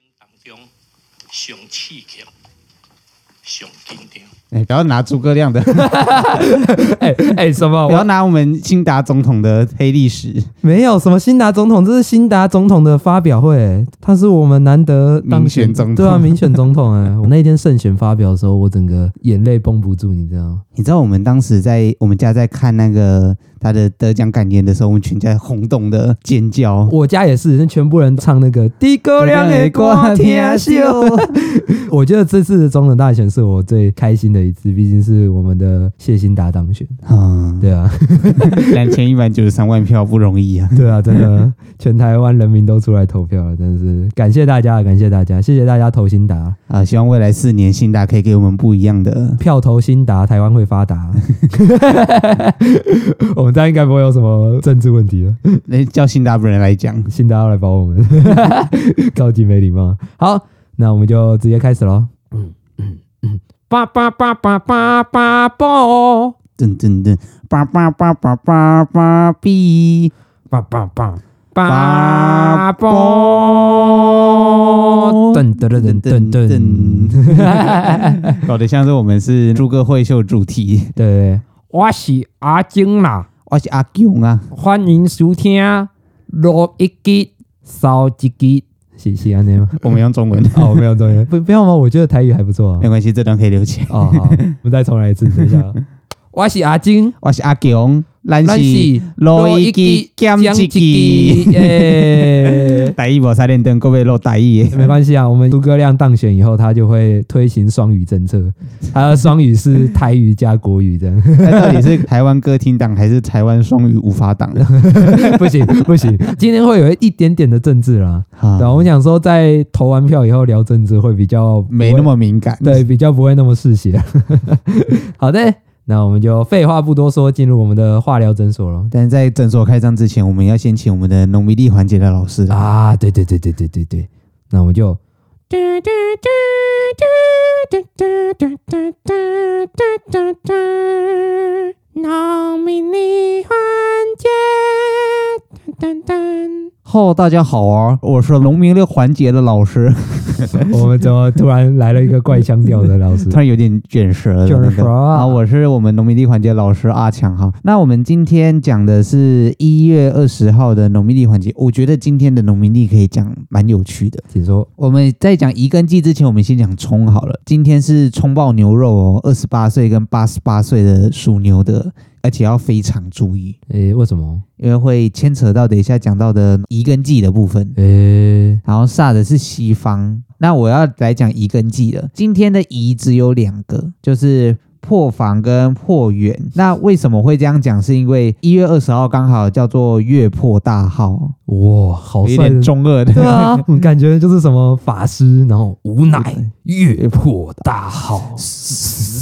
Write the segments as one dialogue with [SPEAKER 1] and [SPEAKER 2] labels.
[SPEAKER 1] 中上刺激、上紧张。
[SPEAKER 2] 哎、不要拿诸葛亮的， 不
[SPEAKER 3] 哎哎，什么？
[SPEAKER 2] 要
[SPEAKER 3] 我
[SPEAKER 2] 拿我们辛达总统的黑历史。
[SPEAKER 3] 没有什么辛达总统，这是辛达总统的发表会，他是我们难得当
[SPEAKER 2] 民选总统
[SPEAKER 3] 对啊，民选总统哎、我那一天胜选发表的时候，我整个眼泪绷不住，你知道吗？
[SPEAKER 2] 你知道我们当时在我们家在看那个他的得奖感言的时候，我们全家轰动的尖叫。
[SPEAKER 3] 我家也是，全部人唱那个《地沟亮的歌天秀》。 我觉得这次的总统大选是我最开心的一次，毕竟是我们的谢欣达当选。
[SPEAKER 2] 嗯，
[SPEAKER 3] 对啊，
[SPEAKER 2] 两千一百九十三万票不容易啊！
[SPEAKER 3] 对啊，真的，全台湾人民都出来投票了，真的是感谢大家，感谢大家，谢谢大家投新达，
[SPEAKER 2] 啊，希望未来四年辛达可以给我们不一样的。
[SPEAKER 3] 票投新达，台湾会发达。我们这样应该不会有什么政治问题了。
[SPEAKER 2] 那哎叫辛达本人来讲，
[SPEAKER 3] 新达要来帮我们，超级没礼貌。好，那我们就直接开始喽。叭叭叭叭叭叭啵，
[SPEAKER 2] 噔噔噔，叭叭叭叭叭叭哔，
[SPEAKER 3] 叭叭叭
[SPEAKER 2] 叭哦
[SPEAKER 3] 啵，噔噔噔噔噔噔，
[SPEAKER 2] 噔， 搞得像是我们是诸葛会秀主题。
[SPEAKER 3] 对，我是阿晶啦，
[SPEAKER 2] 我是阿勇啊，
[SPEAKER 3] 欢迎收听录一集少一集，是是安尼吗？
[SPEAKER 2] 我们用中文，
[SPEAKER 3] 哦，没有中文，不不要吗？我觉得台语还不错啊
[SPEAKER 2] 没。关系，这段可以留起来。
[SPEAKER 3] 哦，好，我们再重来一次，等一下啊。我是阿晶，
[SPEAKER 2] 我是阿勇，咱
[SPEAKER 3] 咱
[SPEAKER 2] 是
[SPEAKER 3] 是
[SPEAKER 2] 录一集减一集，
[SPEAKER 3] 耶
[SPEAKER 2] ！台语无三连灯，各位录台 语的。
[SPEAKER 3] 没关系啊，我们诸葛亮当选以后，他就会推行双语政策，他的双语是台语加国语这样。
[SPEAKER 2] 那到底是台湾歌厅党还是台湾双语无法 党？
[SPEAKER 3] 不行不行，今天会有一点点的政治啦。
[SPEAKER 2] 好
[SPEAKER 3] 对啊，我们想说在投完票以后聊政治会比较不会
[SPEAKER 2] 没那么敏感。
[SPEAKER 3] 对，比较不会那么嗜血。 好的，那我们就废话不多说，进入我们的化疗诊所 了。
[SPEAKER 2] 但是在诊所开张之前，我们要先请我们的农民力环节的老师啊，
[SPEAKER 3] 啊，对对对对对对对，那我们就。 农民力环节，噔噔
[SPEAKER 2] 吼，大家好啊，我是农民力环节的老师，
[SPEAKER 3] 噔。我们怎么突然来了一个怪腔调的老师
[SPEAKER 2] 突？然有点卷舌了。
[SPEAKER 3] 嗯卷舌啊
[SPEAKER 2] 啊！我是我们农民力环节老师阿强哈。那我们今天讲的是一月二十号的农民力环节，我觉得今天的农民力可以讲蛮有趣的。
[SPEAKER 3] 请说。
[SPEAKER 2] 我们在讲移根记之前，我们先讲葱好了。今天是葱爆牛肉哦，二十八岁跟八十八岁的属牛的，而且要非常注意，
[SPEAKER 3] 诶，为什么？
[SPEAKER 2] 因为会牵扯到等一下讲到的移根记的部分。
[SPEAKER 3] 诶，
[SPEAKER 2] 然后煞的是西方，那我要来讲移根记了。今天的移只有两个，就是。破防跟破元，那为什么会这样讲？是因为一月二十号刚好叫做月破大号，
[SPEAKER 3] 哇，好
[SPEAKER 2] 有
[SPEAKER 3] 帅
[SPEAKER 2] 点
[SPEAKER 3] 的
[SPEAKER 2] 中二的
[SPEAKER 3] 对啊，我感觉就是什么法师，然后无奈月破大号。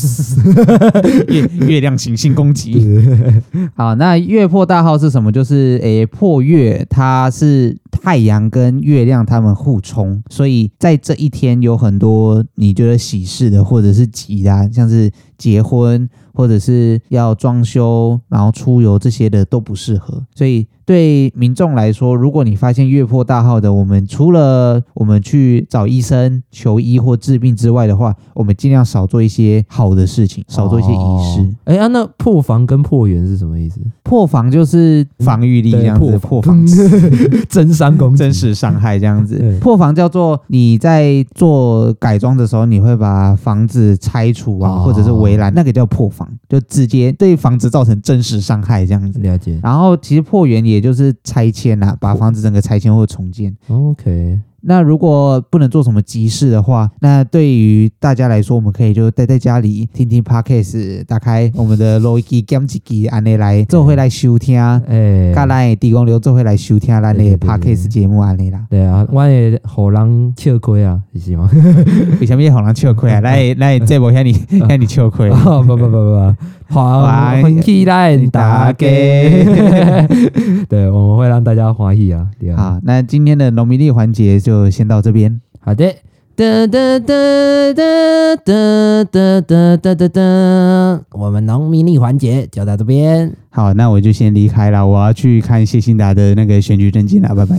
[SPEAKER 2] 月月亮行性攻击。 好，那月破大号是什么？就是诶破月，它是太阳跟月亮它们互冲，所以在这一天有很多你觉得喜事的或者是吉的、啊，像是结婚或者是要装修，然后出游这些的都不适合。所以对民众来说，如果你发现月破大号的，我们除了我们去找医生求医或治病之外的话，我们尽量少做一些好的事情，少做一些仪式。
[SPEAKER 3] 哦。哎、啊，那破防跟破员是什么意思？
[SPEAKER 2] 破防就是防御力这样子，
[SPEAKER 3] 嗯对
[SPEAKER 2] 破
[SPEAKER 3] 破
[SPEAKER 2] 防
[SPEAKER 3] 防 真伤攻击
[SPEAKER 2] 真实伤害这样子
[SPEAKER 3] 对。
[SPEAKER 2] 破防叫做你在做改装的时候，你会把房子拆除啊，
[SPEAKER 3] 哦
[SPEAKER 2] 或者是围栏，那个叫破防，就直接对房子造成真实伤害这样子。
[SPEAKER 3] 了解。
[SPEAKER 2] 然后其实破园也就是拆迁啦、把房子整个拆迁或重建。
[SPEAKER 3] OK，
[SPEAKER 2] 那如果不能做什么急事的话，那对于大家来说，我们可以就待在家里听听 podcast，打开我们的 Logi Game 机机，安尼来做回来收听。啊
[SPEAKER 3] 哎、
[SPEAKER 2] 甲咱的地公流做伙来收听咱的
[SPEAKER 3] 对对对，
[SPEAKER 2] podcast 节目安尼啦
[SPEAKER 3] 对啊，我也互人笑亏啊，是是吗？
[SPEAKER 2] 为什么要让人笑亏 啊？咱的咱的节目向你向你笑亏。
[SPEAKER 3] 哦 不不不不不，
[SPEAKER 2] 欢
[SPEAKER 3] 欢欢喜来 大家。对，我们会让大家欢喜啊。对啊，
[SPEAKER 2] 好，那今天的农民历环节就先到这边。
[SPEAKER 3] 好的。哒哒哒哒哒哒哒哒哒哒，我们农民力环节就到这边。
[SPEAKER 2] 好，那我就先离 开了，我要去看谢欣达的那个选举证件了，拜拜。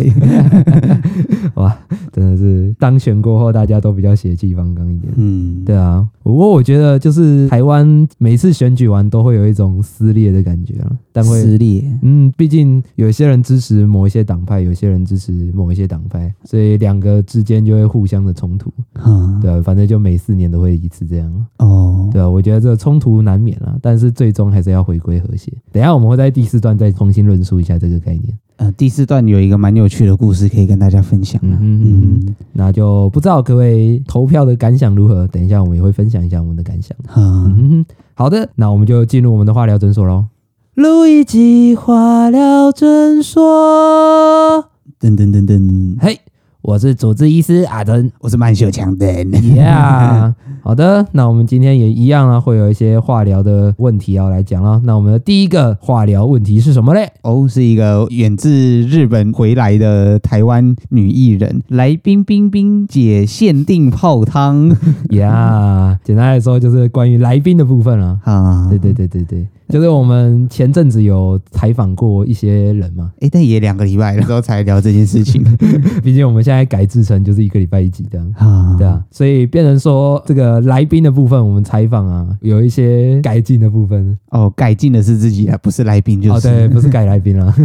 [SPEAKER 3] 哇，真的是当选过后，大家都比较血气方刚一点。
[SPEAKER 4] 嗯，
[SPEAKER 3] 对啊，不过我觉得就是台湾每次选举完都会有一种撕裂的感觉啊，但会
[SPEAKER 2] 实力
[SPEAKER 3] 嗯，毕竟有些人支持某一些党派，有些人支持某一些党派，所以两个之间就会互相的冲突。
[SPEAKER 2] 啊
[SPEAKER 3] 对啊，反正就每四年都会一次这样。
[SPEAKER 2] 哦，
[SPEAKER 3] 对啊，我觉得这个冲突难免啦，但是最终还是要回归和谐。等一下我们会在第四段再重新论述一下这个概念。
[SPEAKER 2] 呃，第四段有一个蛮有趣的故事可以跟大家分享
[SPEAKER 3] 嗯
[SPEAKER 2] 啊。
[SPEAKER 3] 哼嗯哼
[SPEAKER 2] 嗯，
[SPEAKER 3] 那就不知道各位投票的感想如何？等一下我们也会分享一下我们的感想。
[SPEAKER 2] 嗯，
[SPEAKER 3] 嗯哼，好的，那我们就进入我们的化疗诊所喽。路易吉化疗诊所，
[SPEAKER 2] 噔噔噔噔，
[SPEAKER 3] 嘿，我是主治医师阿珍。
[SPEAKER 2] 我是曼秀强的。
[SPEAKER 3] Yeah，好 的，那我们今天也一样啊，会有一些化疗的问题要来讲了。那我们的第一个化疗问题是什么嘞？
[SPEAKER 2] 哦，是一个远自日本回来的台湾女艺人，来冰冰冰姐限定泡汤
[SPEAKER 3] 呀、yeah,，简单来说就是关于来宾的部分了。
[SPEAKER 2] 啊！
[SPEAKER 3] 对对对对对，就是我们前阵子有采访过一些人嘛，
[SPEAKER 2] 诶，但也两个礼拜了，之后才聊这件事 情
[SPEAKER 3] 毕竟我们现在改制成就是一个礼拜一集这样。
[SPEAKER 2] 啊
[SPEAKER 3] 对啊，所以变成说这个来宾的部分，我们采访啊，有一些改进的部分。
[SPEAKER 2] 哦，改进的是自己啊，不是来宾就
[SPEAKER 3] 哦，
[SPEAKER 2] 是、
[SPEAKER 3] 对，不是改来宾啦，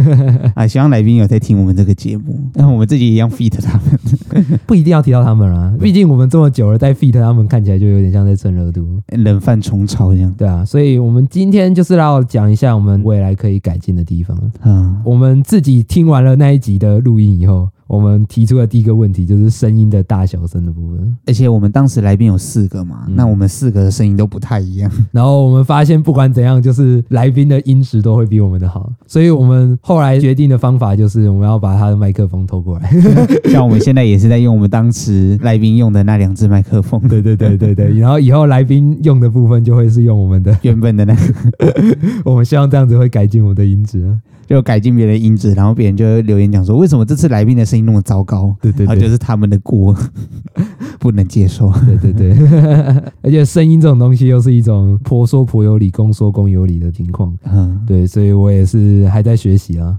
[SPEAKER 2] 啊。希望来宾有在听我们这个节目，但我们自己一样 fit 他们。
[SPEAKER 3] 不一定要提到他们啊啦， 毕竟我们这么久了，在 feed 他们看起来就有点像在蹭热度。
[SPEAKER 2] 冷饭虫草这样
[SPEAKER 3] 对啊，所以我们今天就是要讲一下我们未来可以改进的地方。
[SPEAKER 2] 啊，
[SPEAKER 3] 我们自己听完了那一集的录音以后，我们提出的第一个问题就是声音的大小声的部分。
[SPEAKER 2] 而且我们当时来宾有四个嘛，
[SPEAKER 3] 嗯
[SPEAKER 2] 那我们四个的声音都不太一样。
[SPEAKER 3] 然后我们发现，不管怎样，就是来宾的音质都会比我们的好，所以我们后来决定的方法就是，我们要把他的麦克风偷过来。
[SPEAKER 2] 像我们现在也是在用我们当时来宾用的那两只麦克风，
[SPEAKER 3] 对对对对对，然后以后来宾用的部分就会是用我们的，
[SPEAKER 2] 原本的那个
[SPEAKER 3] 我们希望这样子会改进我们的音质啊。
[SPEAKER 2] 就改进别人的音质，然后别人就会留言讲说，为什么这次来宾的声音那么糟糕？
[SPEAKER 3] 对对
[SPEAKER 2] 然后就
[SPEAKER 3] 对
[SPEAKER 2] 是他们的锅， 不能接受。
[SPEAKER 3] 对对 对，而且声音这种东西又是一种婆说婆有理，公说公有理的情况。
[SPEAKER 2] 嗯，
[SPEAKER 3] 对，所以我也是还在学习啊，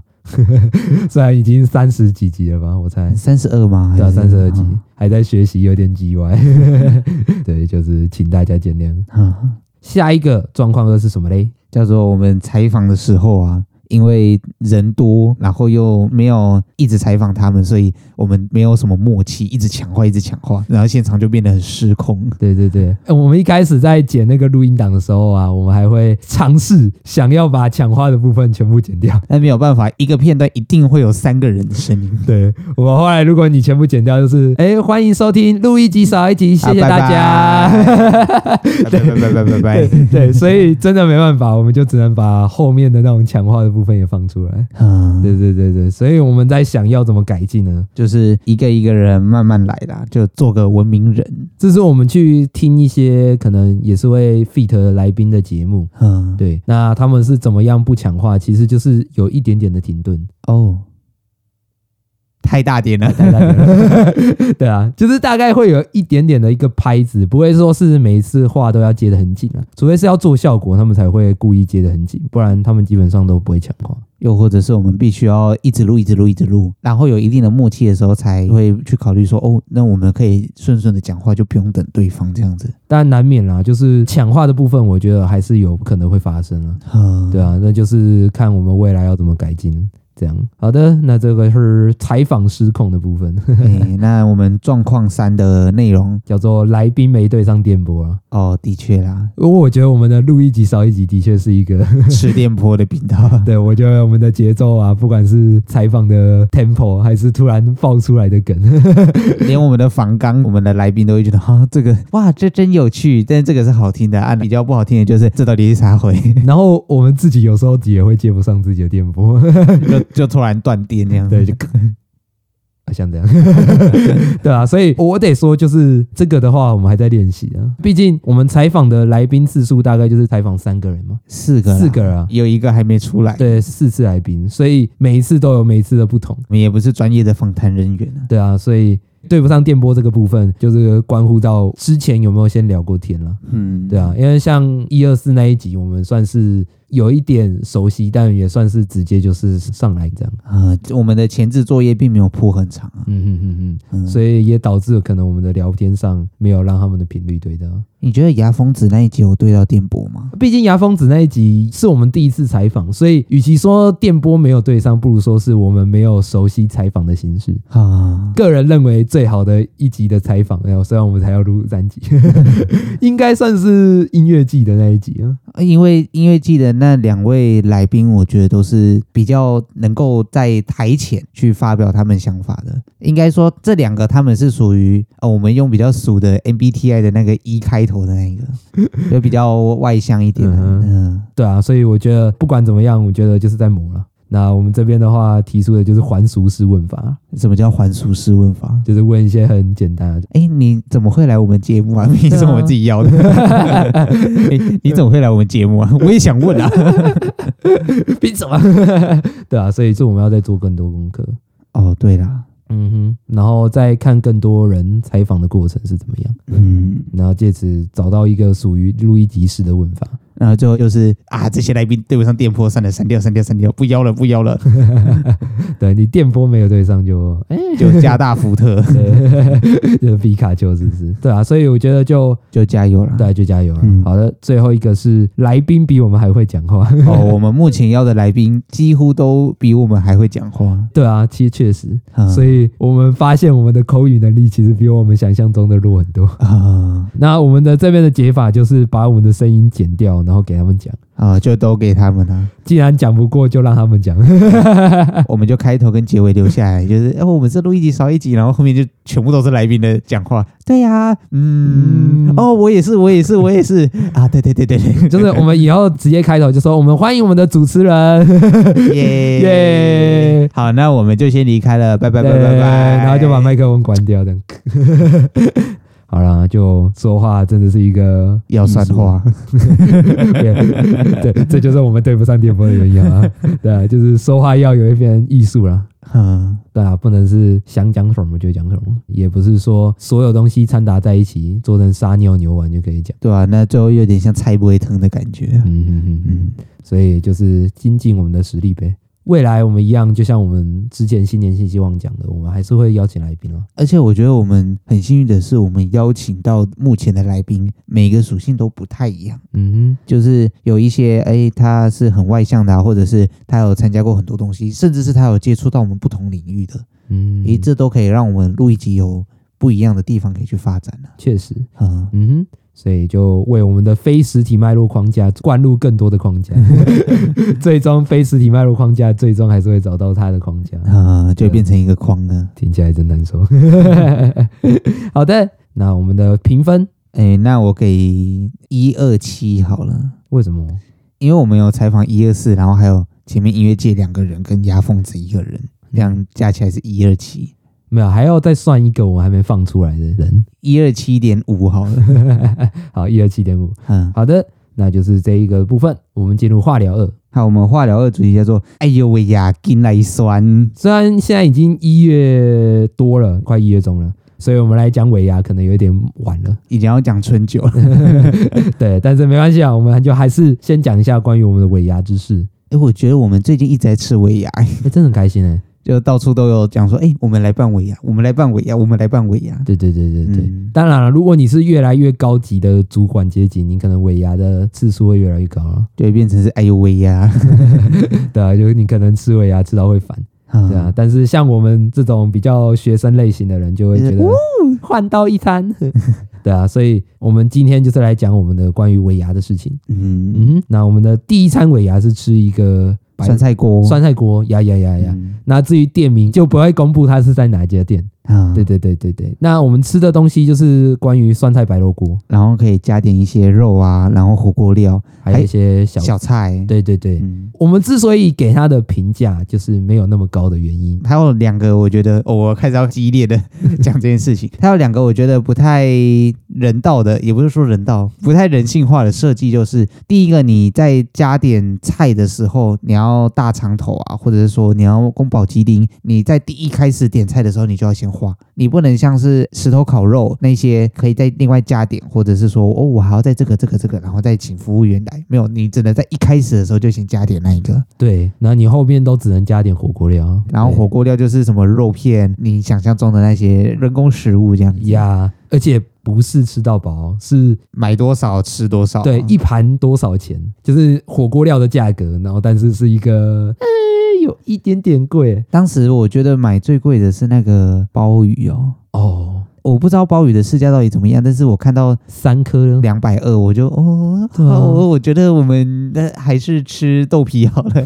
[SPEAKER 3] 虽然已经三十几集了吧，我猜。
[SPEAKER 2] 三十二吗？
[SPEAKER 3] 对啊，
[SPEAKER 2] 还是
[SPEAKER 3] 三十二集
[SPEAKER 2] 嗯
[SPEAKER 3] 还在学习，有点叽歪。 对，就是请大家见谅。
[SPEAKER 2] 嗯，
[SPEAKER 3] 下一个状况二是什么嘞？
[SPEAKER 2] 叫做我们采访的时候啊。因为人多，然后又没有一直采访他们，所以我们没有什么默契，一直抢话，一直抢话，然后现场就变得很失控。
[SPEAKER 3] 对对对，呃我们一开始在剪那个录音档的时候啊，我们还会尝试想要把抢话的部分全部剪掉。
[SPEAKER 2] 但没有办法，一个片段一定会有三个人的声音。
[SPEAKER 3] 对我后来，如果你全部剪掉，就是哎，欢迎收听录一集少一集，谢谢
[SPEAKER 2] 啊
[SPEAKER 3] 大家。
[SPEAKER 2] 拜拜拜拜拜拜拜拜。
[SPEAKER 3] 对 对，所以真的没办法，我们就只能把后面的那种强化的部分也放出来。
[SPEAKER 2] 嗯，
[SPEAKER 3] 对对对对，所以我们在想要怎么改进呢？
[SPEAKER 2] 就是一个一个人慢慢来啦，就做个文明人。
[SPEAKER 3] 这是我们去听一些可能也是会 fit 来宾的节目，
[SPEAKER 2] 嗯，
[SPEAKER 3] 对，那他们是怎么样不强化？其实就是有一点点的停顿，
[SPEAKER 2] 哦，太大点了。
[SPEAKER 3] 太大点了 对啊，就是大概会有一点点的一个拍子，不会说是每一次话都要接得很紧啊，除非是要做效果，他们才会故意接得很紧，不然他们基本上都不会强化。
[SPEAKER 2] 又或者是我们必须要一直录、一直录、一直录，然后有一定的默契的时候，才会去考虑说，哦，那我们可以顺顺的讲话，就不用等对方这样 子。
[SPEAKER 3] 但难免啦，就是强化的部分，我觉得还是有可能会发生啊。
[SPEAKER 2] 嗯，
[SPEAKER 3] 对啊，那就是看我们未来要怎么改进。这样，好的，那这个是采访失控的部分，
[SPEAKER 2] 哎那我们状况三的内容，
[SPEAKER 3] 叫做来宾没对上电波啊。
[SPEAKER 2] 哦，的确 啦，
[SPEAKER 3] 因为我觉得我们的录一集少一集的确是一个，
[SPEAKER 2] 吃电波的频 道。
[SPEAKER 3] 对我觉得我们的节奏啊，不管是采访的 tempo 还是突然爆出来的梗，
[SPEAKER 2] 连我们的房刚，我们的来宾都会觉得哈、这个哇，这真有趣。但是这个是好听的，啊，比较不好听的就是这到底是啥回，
[SPEAKER 3] 然后我们自己有时候也会接不上自己的电波，
[SPEAKER 2] 就就突然断电那样子。
[SPEAKER 3] 对，就啊像这样， 对啊，所以我得说，就是这个的话，我们还在练习啊。毕竟我们采访的来宾次数大概就是采访三个人嘛，
[SPEAKER 2] 四个啦
[SPEAKER 3] 四个啊，
[SPEAKER 2] 有一个还没出来。
[SPEAKER 3] 对，四次来宾，所以每一次都有每一次的不同，
[SPEAKER 2] 我们也不是专业的访谈人员啊。
[SPEAKER 3] 对啊，所以对不上电波这个部分，就是关乎到之前有没有先聊过天了，
[SPEAKER 2] 嗯，
[SPEAKER 3] 对啊，因为像一二四那一集，我们算是有一点熟悉，但也算是直接就是上来这样。
[SPEAKER 2] 呃，我们的前置作业并没有铺很长啊，
[SPEAKER 3] 嗯嗯嗯嗯，所以也导致可能我们的聊天上没有让他们的频率对到。
[SPEAKER 2] 你觉得牙峰子那一集有对到电波吗？
[SPEAKER 3] 毕竟牙峰子那一集是我们第一次采访，所以与其说电波没有对上，不如说是我们没有熟悉采访的形式。
[SPEAKER 2] 啊，
[SPEAKER 3] 个人认为最好的一集的采访，然后虽然我们才要录三集， 应该算是音乐季的那一集啊。
[SPEAKER 2] 因为音乐季的那两位来宾，我觉得都是比较能够在台前去发表他们想法的。应该说，这两个他们是属于呃，我们用比较俗的 MBTI 的那个一、开头的那一个， 就比较外向一点的。
[SPEAKER 3] 嗯
[SPEAKER 2] 嗯
[SPEAKER 3] 哼对啊，所以我觉得不管怎么样，我觉得就是在磨了。那我们这边的话，提出的就是还俗式问法，
[SPEAKER 2] 什么叫还俗式问法？
[SPEAKER 3] 就是问一些很简单的。
[SPEAKER 2] 哎、你怎么会来我们节目 啊？明明是我们自己要的。啊 诶你怎么会来我们节目啊？我也想问啊。
[SPEAKER 3] 凭什么？ 对啊，所以这我们要再做更多功课。
[SPEAKER 2] 哦，对啦，
[SPEAKER 3] 嗯哼，然后再看更多人采访的过程是怎么样，
[SPEAKER 2] 嗯，
[SPEAKER 3] 然后借此找到一个属于路易吉式的问法。
[SPEAKER 2] 然后最后就是啊，这些来宾对不上电波，算了，删掉，删掉，删掉，不邀了，不邀 了，
[SPEAKER 3] 对你电波没有对上就哎，
[SPEAKER 2] 就加大福特，
[SPEAKER 3] 就是皮卡丘是不是？对啊，所以我觉得就
[SPEAKER 2] 就加油了。
[SPEAKER 3] 大家就加油了。啊
[SPEAKER 2] 嗯
[SPEAKER 3] 好的，最后一个是来宾比我们还会讲话。
[SPEAKER 2] 哦，我们目前邀的来宾几乎都比我们还会讲话，
[SPEAKER 3] 对啊，其实确实，
[SPEAKER 2] 嗯
[SPEAKER 3] 所以我们发现我们的口语能力其实比我们想象中的弱很多。
[SPEAKER 2] 啊
[SPEAKER 3] 那我们的这边的解法就是把我们的声音剪掉，然后给他们讲。
[SPEAKER 2] 啊，就都给他们啦。
[SPEAKER 3] 既然讲不过，就让他们讲。
[SPEAKER 2] 我们就开头跟结尾留下来， 就是哎，我们这录一集少一集，然后后面就全部都是来宾的讲话。对呀、嗯，
[SPEAKER 3] 嗯
[SPEAKER 2] 哦，我也是，我也是，我也是啊，对对对对 对，
[SPEAKER 3] 就是我们以后直接开头就说，我们欢迎我们的主持 人，
[SPEAKER 2] 耶
[SPEAKER 3] 耶
[SPEAKER 2] 好，那我们就先离开了，拜拜拜拜
[SPEAKER 3] 对
[SPEAKER 2] 拜，
[SPEAKER 3] 然后就把麦克风关掉，这样。 好啦，就说话真的是一个
[SPEAKER 2] 要算话，
[SPEAKER 3] 对，对，这就是我们对不上电波的原因啊。 对啊，就是说话要有一点艺术啦。
[SPEAKER 2] 嗯，
[SPEAKER 3] 对啊，不能是想讲什么就讲什么，也不是说所有东西掺杂在一起做成撒尿牛丸就可以讲。
[SPEAKER 2] 对啊，那最后有点像菜不会疼的感觉，
[SPEAKER 3] 嗯嗯嗯嗯，
[SPEAKER 2] 嗯，
[SPEAKER 3] 所以就是精进我们的实力呗。未来我们一样，就像我们之前新年新希望讲的，我们还是会邀请来宾啊。
[SPEAKER 2] 而且我觉得我们很幸运的是，我们邀请到目前的来宾，每个属性都不太一样。
[SPEAKER 3] 嗯
[SPEAKER 2] 就是有一些哎，他是很外向的、啊，或者是他有参加过很多东西，甚至是他有接触到我们不同领域的，
[SPEAKER 3] 哼，嗯，
[SPEAKER 2] 诶、这都可以让我们录一集有不一样的地方可以去发展了、
[SPEAKER 3] 确实，
[SPEAKER 2] 啊。
[SPEAKER 3] 嗯哼，所以就为我们的非实体脉络框架灌入更多的框 架，最终非实体脉络框架最终还是会找到它的框架。
[SPEAKER 2] 嗯啊，就变成一个框啊呢。
[SPEAKER 3] 听起来真难受。 好的，那我们的评分
[SPEAKER 2] 诶，那我给一二七好了，
[SPEAKER 3] 为什么？
[SPEAKER 2] 因为我们有采访一二四，然后还有前面音乐界两个人跟牙缝子一个人，
[SPEAKER 3] 嗯
[SPEAKER 2] 这样加起来是一二七，
[SPEAKER 3] 没有，还要再算一个我还没放出来的人。
[SPEAKER 2] 一二七点五好了。
[SPEAKER 3] 好，一二七点五。
[SPEAKER 2] 嗯，
[SPEAKER 3] 好的，那就是这一个部分，我们进入化疗二。
[SPEAKER 2] 好，我们化疗二主题叫做“哎呦喂呀，进来酸
[SPEAKER 3] 虽然现在已经一月多了，快一月中了，所以我们来讲尾牙可能有点晚了。”，
[SPEAKER 2] 已经要讲春酒了。
[SPEAKER 3] 对，但是没关系啊，我们就还是先讲一下关于我们的尾牙知识。
[SPEAKER 2] 哎、我觉得我们最近一直在吃尾牙，
[SPEAKER 3] 哎、真的很开心哎、
[SPEAKER 2] 就到处都有讲说，哎、我们来办尾牙，我们来办尾牙，我们来办尾牙。
[SPEAKER 3] 对对对对对。
[SPEAKER 2] 嗯
[SPEAKER 3] 当然了，如果你是越来越高级的主管阶级，你可能尾牙的次数会越来越高了。
[SPEAKER 2] 就会变成是哎呦喂呀，
[SPEAKER 3] 对啊，就是你可能吃尾牙吃到会烦，
[SPEAKER 2] 嗯
[SPEAKER 3] 对啊。但是像我们这种比较学生类型的人，就会觉得
[SPEAKER 2] 嗯
[SPEAKER 3] 换到一 餐，对啊。所以我们今天就是来讲我们的关于尾牙的事情。
[SPEAKER 2] 嗯，
[SPEAKER 3] 嗯哼，那我们的第一餐尾牙是吃一个白
[SPEAKER 2] 酸菜锅，
[SPEAKER 3] 酸菜锅，呀呀呀呀。
[SPEAKER 2] 嗯
[SPEAKER 3] 那至于店名就不会公布它是在哪一家店。
[SPEAKER 2] 啊，
[SPEAKER 3] 对
[SPEAKER 2] 对，
[SPEAKER 3] 对对对对。那我们吃的东西就是关于酸菜白肉锅，
[SPEAKER 2] 然后可以加点一些肉啊，然后火锅料、
[SPEAKER 3] 还有一些小。
[SPEAKER 2] 小菜，，
[SPEAKER 3] 对对对，
[SPEAKER 2] 嗯，
[SPEAKER 3] 我们之所以给它的评价就是没有那么高的原因。
[SPEAKER 2] 还有两个我觉得，哦，我开始要激烈的讲这件事情，还有两个我觉得不太人道的，也不是说人道，不太人性化的设计，就是第一个，你在加点菜的时候，你要大肠头啊，或者是说你要宫保鸡丁，你在第一开始点菜的时候，你就要先画，你不能像是石头烤肉那些可以再另外加点，或者是说哦，我还要在这个这个这个，然后再请服务员来，没有，你只能在一开始的时候就先加点那一个。
[SPEAKER 3] 对，然后你后面都只能加点火锅料，啊
[SPEAKER 2] 然后火锅料就是什么肉片，你想象中的那些人工食物这样子
[SPEAKER 3] 对，呀，而且不是吃到饱，是
[SPEAKER 2] 买多少吃多少啊。
[SPEAKER 3] 对一盘多少钱，就是火锅料的价格，然后但是是一个，呃，有一点点贵
[SPEAKER 2] 当时我觉得买最贵的是那个鲍鱼哦，
[SPEAKER 3] 哦，
[SPEAKER 2] 我不知道鲍鱼的市价到底怎么样，但是我看到
[SPEAKER 3] 三颗
[SPEAKER 2] 两百二，我就哦，好、
[SPEAKER 3] 对啊
[SPEAKER 2] 我觉得我们那还是吃豆皮好 了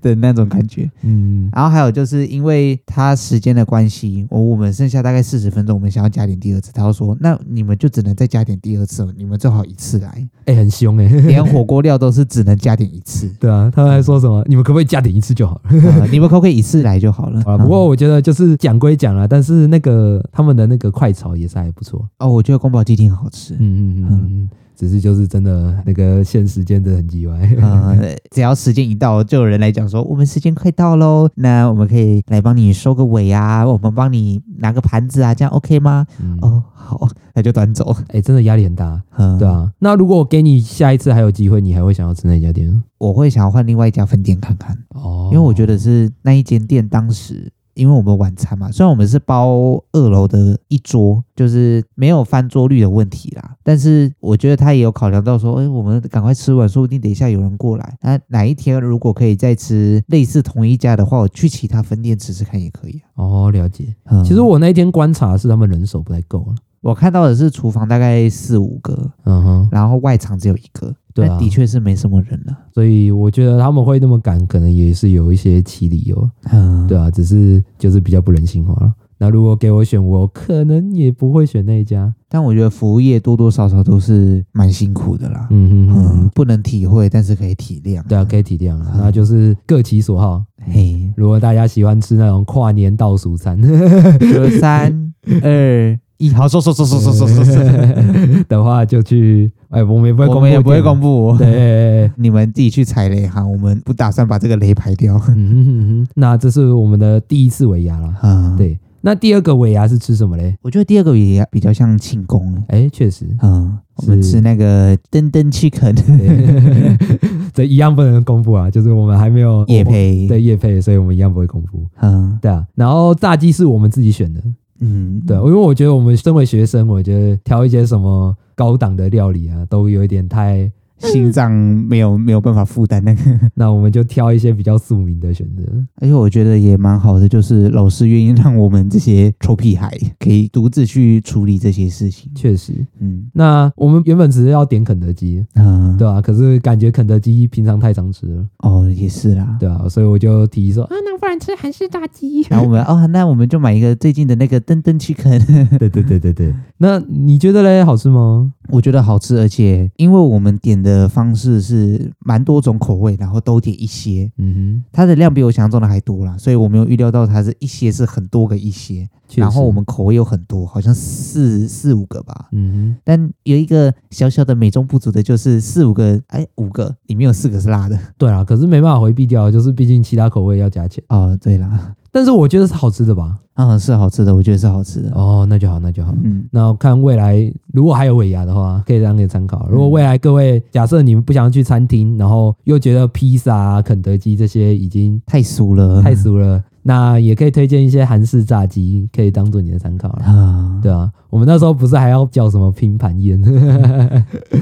[SPEAKER 2] 的那种感觉。
[SPEAKER 3] 嗯，
[SPEAKER 2] 然后还有就是因为他时间的关系，我我们剩下大概四十分钟，我们想要加点第二次，他就说那你们就只能再加点第二次哦，你们最好一次来，
[SPEAKER 3] 哎、很凶哎、欸，
[SPEAKER 2] 连火锅料都是只能加点一次
[SPEAKER 3] 、对啊，他们还说什么，你们可不可以加点一次就好了？
[SPEAKER 2] 啊你们可不可以一次来就好了？
[SPEAKER 3] 啊
[SPEAKER 2] 啊
[SPEAKER 3] 好啦不过我觉得就是讲归讲啦，但是那个他们的那个快炒也是还不错，
[SPEAKER 2] 哦，我觉得宫保鸡丁很好 吃。
[SPEAKER 3] 嗯嗯嗯嗯嗯，只是就是真的那个限时间真的很意外，
[SPEAKER 2] 呃，只要时间一到，就有人来讲说我们时间快到喽，那我们可以来帮你收个尾啊，我们帮你拿个盘子啊，这样 OK 吗？
[SPEAKER 3] 嗯，
[SPEAKER 2] 哦，好，那就端走。
[SPEAKER 3] 哎、真的压力很大，
[SPEAKER 2] 嗯，
[SPEAKER 3] 对，啊。那如果我给你下一次还有机会，你还会想要吃那家店吗？
[SPEAKER 2] 我会想要换另外一家分店看看，
[SPEAKER 3] 哦
[SPEAKER 2] 因为我觉
[SPEAKER 3] 得
[SPEAKER 2] 得是那一间店当时。因为我们晚餐嘛，虽然我们是包二楼的一桌，就是没有翻桌率的问题啦，但是我觉得他也有考量到说，哎，我们赶快吃完，说不定等一下有人过来。那哪一天如果可以再吃类似同一家的话，我去其他分店吃吃看也可以、啊。
[SPEAKER 3] 哦，了解。
[SPEAKER 2] 嗯
[SPEAKER 3] 其实我那一天观察是他们人手不太够了，
[SPEAKER 2] 我看到的是厨房大概四五个，
[SPEAKER 3] 嗯哼，
[SPEAKER 2] 然后外场只有一个，
[SPEAKER 3] 对啊
[SPEAKER 2] 那的确是没什么人了。
[SPEAKER 3] 所以我觉得他们会那么赶，可能也是有一些其理由，
[SPEAKER 2] 嗯，
[SPEAKER 3] 对啊，只是就是比较不人性化了。那如果给我选，我可能也不会选那一家。
[SPEAKER 2] 但我觉得服务业多多少少都是蛮辛苦的啦。
[SPEAKER 3] 嗯哼哼
[SPEAKER 2] 嗯，不能体会，但是可以体谅。
[SPEAKER 3] 对啊，可以体谅啊，那就是各其所好。
[SPEAKER 2] 嘿，
[SPEAKER 3] 如果大家喜欢吃那种跨年倒数餐
[SPEAKER 2] 就三二一，好，说说说说说说说说，
[SPEAKER 3] 的话，就去哎，我们也不会公布，哎
[SPEAKER 2] 我们也不会公。布。
[SPEAKER 3] 对，
[SPEAKER 2] 你们自己去踩雷哈，我们不打算把这个雷排掉。
[SPEAKER 3] 嗯哼哼哼，那这是我们的第一次尾牙了。
[SPEAKER 2] 嗯，，
[SPEAKER 3] 对，那第二个尾牙是吃什么嘞？
[SPEAKER 2] 我觉得第二个也比较像庆功欸。
[SPEAKER 3] 哎，确实，
[SPEAKER 2] 嗯，我们
[SPEAKER 3] 是
[SPEAKER 2] 吃那个噔噔 chicken
[SPEAKER 3] 这一样不能公布啊，就是我们还没有
[SPEAKER 2] 夜，配。
[SPEAKER 3] 我们，对夜配，所以我们一样不会公布。
[SPEAKER 2] 嗯
[SPEAKER 3] 对啊，然后炸鸡是我们自己选的，
[SPEAKER 2] 嗯，
[SPEAKER 3] 对，因为我觉得我们身为学生，我觉得挑一些什么高档的料理啊，都有一点太，
[SPEAKER 2] 心脏没有没有办法负担那个。
[SPEAKER 3] 那我们就挑一些比较庶民的选择。
[SPEAKER 2] 而且我觉得也蛮好的，就是老师愿意让我们这些臭屁孩可以独自去处理这些事情。
[SPEAKER 3] 确实，
[SPEAKER 2] 嗯
[SPEAKER 3] 那我们原本只是要点肯德基，
[SPEAKER 2] 嗯，
[SPEAKER 3] 对啊，可是感觉肯德基平常太常吃了，
[SPEAKER 2] 哦，也是啦。
[SPEAKER 3] 对啊，所以我就提议说，啊，那
[SPEAKER 2] 然后我们哦，那我们就买一个最近的那个噔噔 chicken，
[SPEAKER 3] 对对对对 对，那你觉得嘞，好吃吗？
[SPEAKER 2] 我觉得好吃，而且因为我们点的方式是蛮多种口味，然后都点一些，
[SPEAKER 3] 嗯
[SPEAKER 2] 它的量比我想象中的还多啦，所以我没有预料到它是一些是很多个一些，
[SPEAKER 3] 哼，确实
[SPEAKER 2] 然后我，们口味有很多，好像四四五个吧。
[SPEAKER 3] 嗯
[SPEAKER 2] 但有一个小小的美中不足的，就是四五个，哎，五个里面有四个是辣的。
[SPEAKER 3] 哼，对啊，可是没办法回避掉，就是毕竟其他口味要加钱，
[SPEAKER 2] 哦，对啦，
[SPEAKER 3] 但是我觉得是好吃的吧？
[SPEAKER 2] 嗯，是好吃的，我觉得是好吃的。
[SPEAKER 3] 哦，那就好，那就好。
[SPEAKER 2] 嗯，
[SPEAKER 3] 那看未来如果还有尾牙的话，可以让你参考。啊如果未来各位假设你们不想要去餐厅，然后又觉得披萨、啊、肯德基这些已经
[SPEAKER 2] 太熟了，
[SPEAKER 3] 太俗了，那也可以推荐一些韩式炸鸡，可以当做你的参考啦。
[SPEAKER 2] 啊，
[SPEAKER 3] 对啊，我们那时候不是还要叫什么拼盘 宴？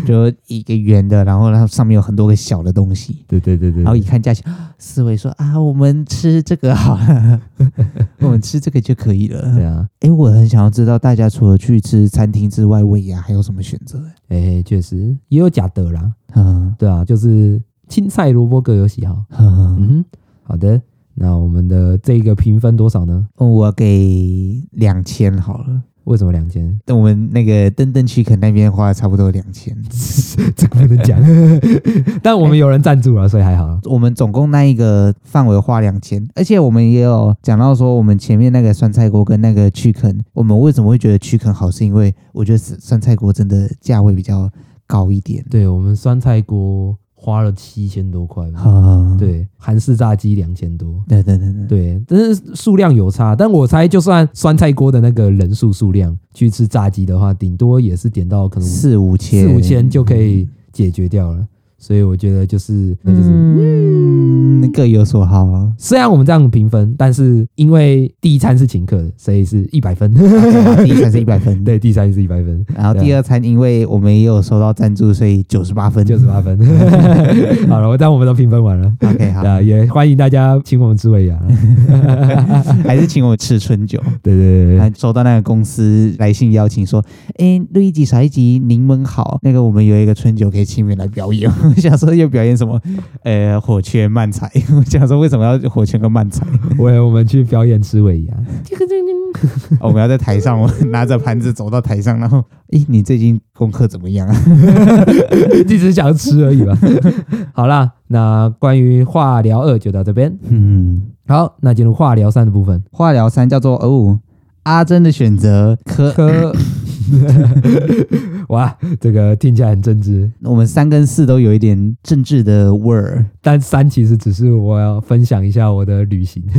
[SPEAKER 2] 就一个圆的，然后它上面有很多个小的东西。
[SPEAKER 3] 对对对对
[SPEAKER 2] 然后一看价钱， 思维说啊，我们吃这个好了， 我们吃这个就可以
[SPEAKER 3] 对
[SPEAKER 2] 了。
[SPEAKER 3] 啊，
[SPEAKER 2] 哎，我很想要知道大家除了去吃餐厅之外，尾牙还有什么选择？
[SPEAKER 3] 哎、确实也有假的啦。
[SPEAKER 2] 嗯
[SPEAKER 3] 对啊，就是青菜萝卜各有喜好。
[SPEAKER 2] 嗯，
[SPEAKER 3] 嗯哼，好的，
[SPEAKER 2] 嗯
[SPEAKER 3] 那我们的这个评分多少呢？
[SPEAKER 2] 我给两千好了。
[SPEAKER 3] 为什么两千？
[SPEAKER 2] 但我们那个登登区可能那边花了差不多两千，
[SPEAKER 3] 这个不能讲， 但我们有人赞助了，所以还好。
[SPEAKER 2] 我们总共那一个范围花两千，而且我们也有讲到说，我们前面那个酸菜锅跟那个去啃，我们为什么会觉得去啃好，是因为我觉得酸菜锅真的价位比较高一点。
[SPEAKER 3] 对我们酸菜锅花了七千多块吧，
[SPEAKER 2] 啊，
[SPEAKER 3] 对，韩式炸鸡两千多。
[SPEAKER 2] 对对对对对，
[SPEAKER 3] 对，但是数量有差，但我猜就算酸菜锅的那个人数数量去吃炸鸡的话，顶多也是点到可能
[SPEAKER 2] 四五千，
[SPEAKER 3] 四五千就可以解决掉了。所以我觉得就是，那就是、
[SPEAKER 2] 嗯，各有所好 啊。
[SPEAKER 3] 虽然我们这样评分，但是因为第一餐是请客的，所以是一百分。
[SPEAKER 2] 第一餐是一百分，
[SPEAKER 3] 对，第一餐是一百分，
[SPEAKER 2] 然后第二餐，因为我们也有收到赞助，所以九十八分。
[SPEAKER 3] 九十八分。好了，我但我们都评分完了。
[SPEAKER 2] OK，好
[SPEAKER 3] 对，啊，也欢迎大家请我们吃尾牙。
[SPEAKER 2] 还是请我吃春酒。
[SPEAKER 3] 对对对 对，
[SPEAKER 2] 还收到那个公司来信邀请说，哎，录一集少一集，柠檬好，那个我们有一个春酒可以请你们来表演。 我想说要表演什么？呃，火圈漫才。 我想说为什么要火圈跟漫才？
[SPEAKER 3] 为我们去表演吃尾 牙。嗯
[SPEAKER 2] 我们要在台上， 我拿着盘子走到台上，然后，哎，你最近功课怎么样啊？
[SPEAKER 3] 只是想吃而已吧。 好啦，那关于化疗二就到这边。
[SPEAKER 2] 嗯，
[SPEAKER 3] 好，那进入化疗三的 部分。
[SPEAKER 2] 化疗三叫做哦，阿珍的选择科
[SPEAKER 3] 科，哇，这个听起来很政治，
[SPEAKER 2] 我们三跟四都有一点政治的味儿。
[SPEAKER 3] 但三其实只是我要分享一下我的 旅行。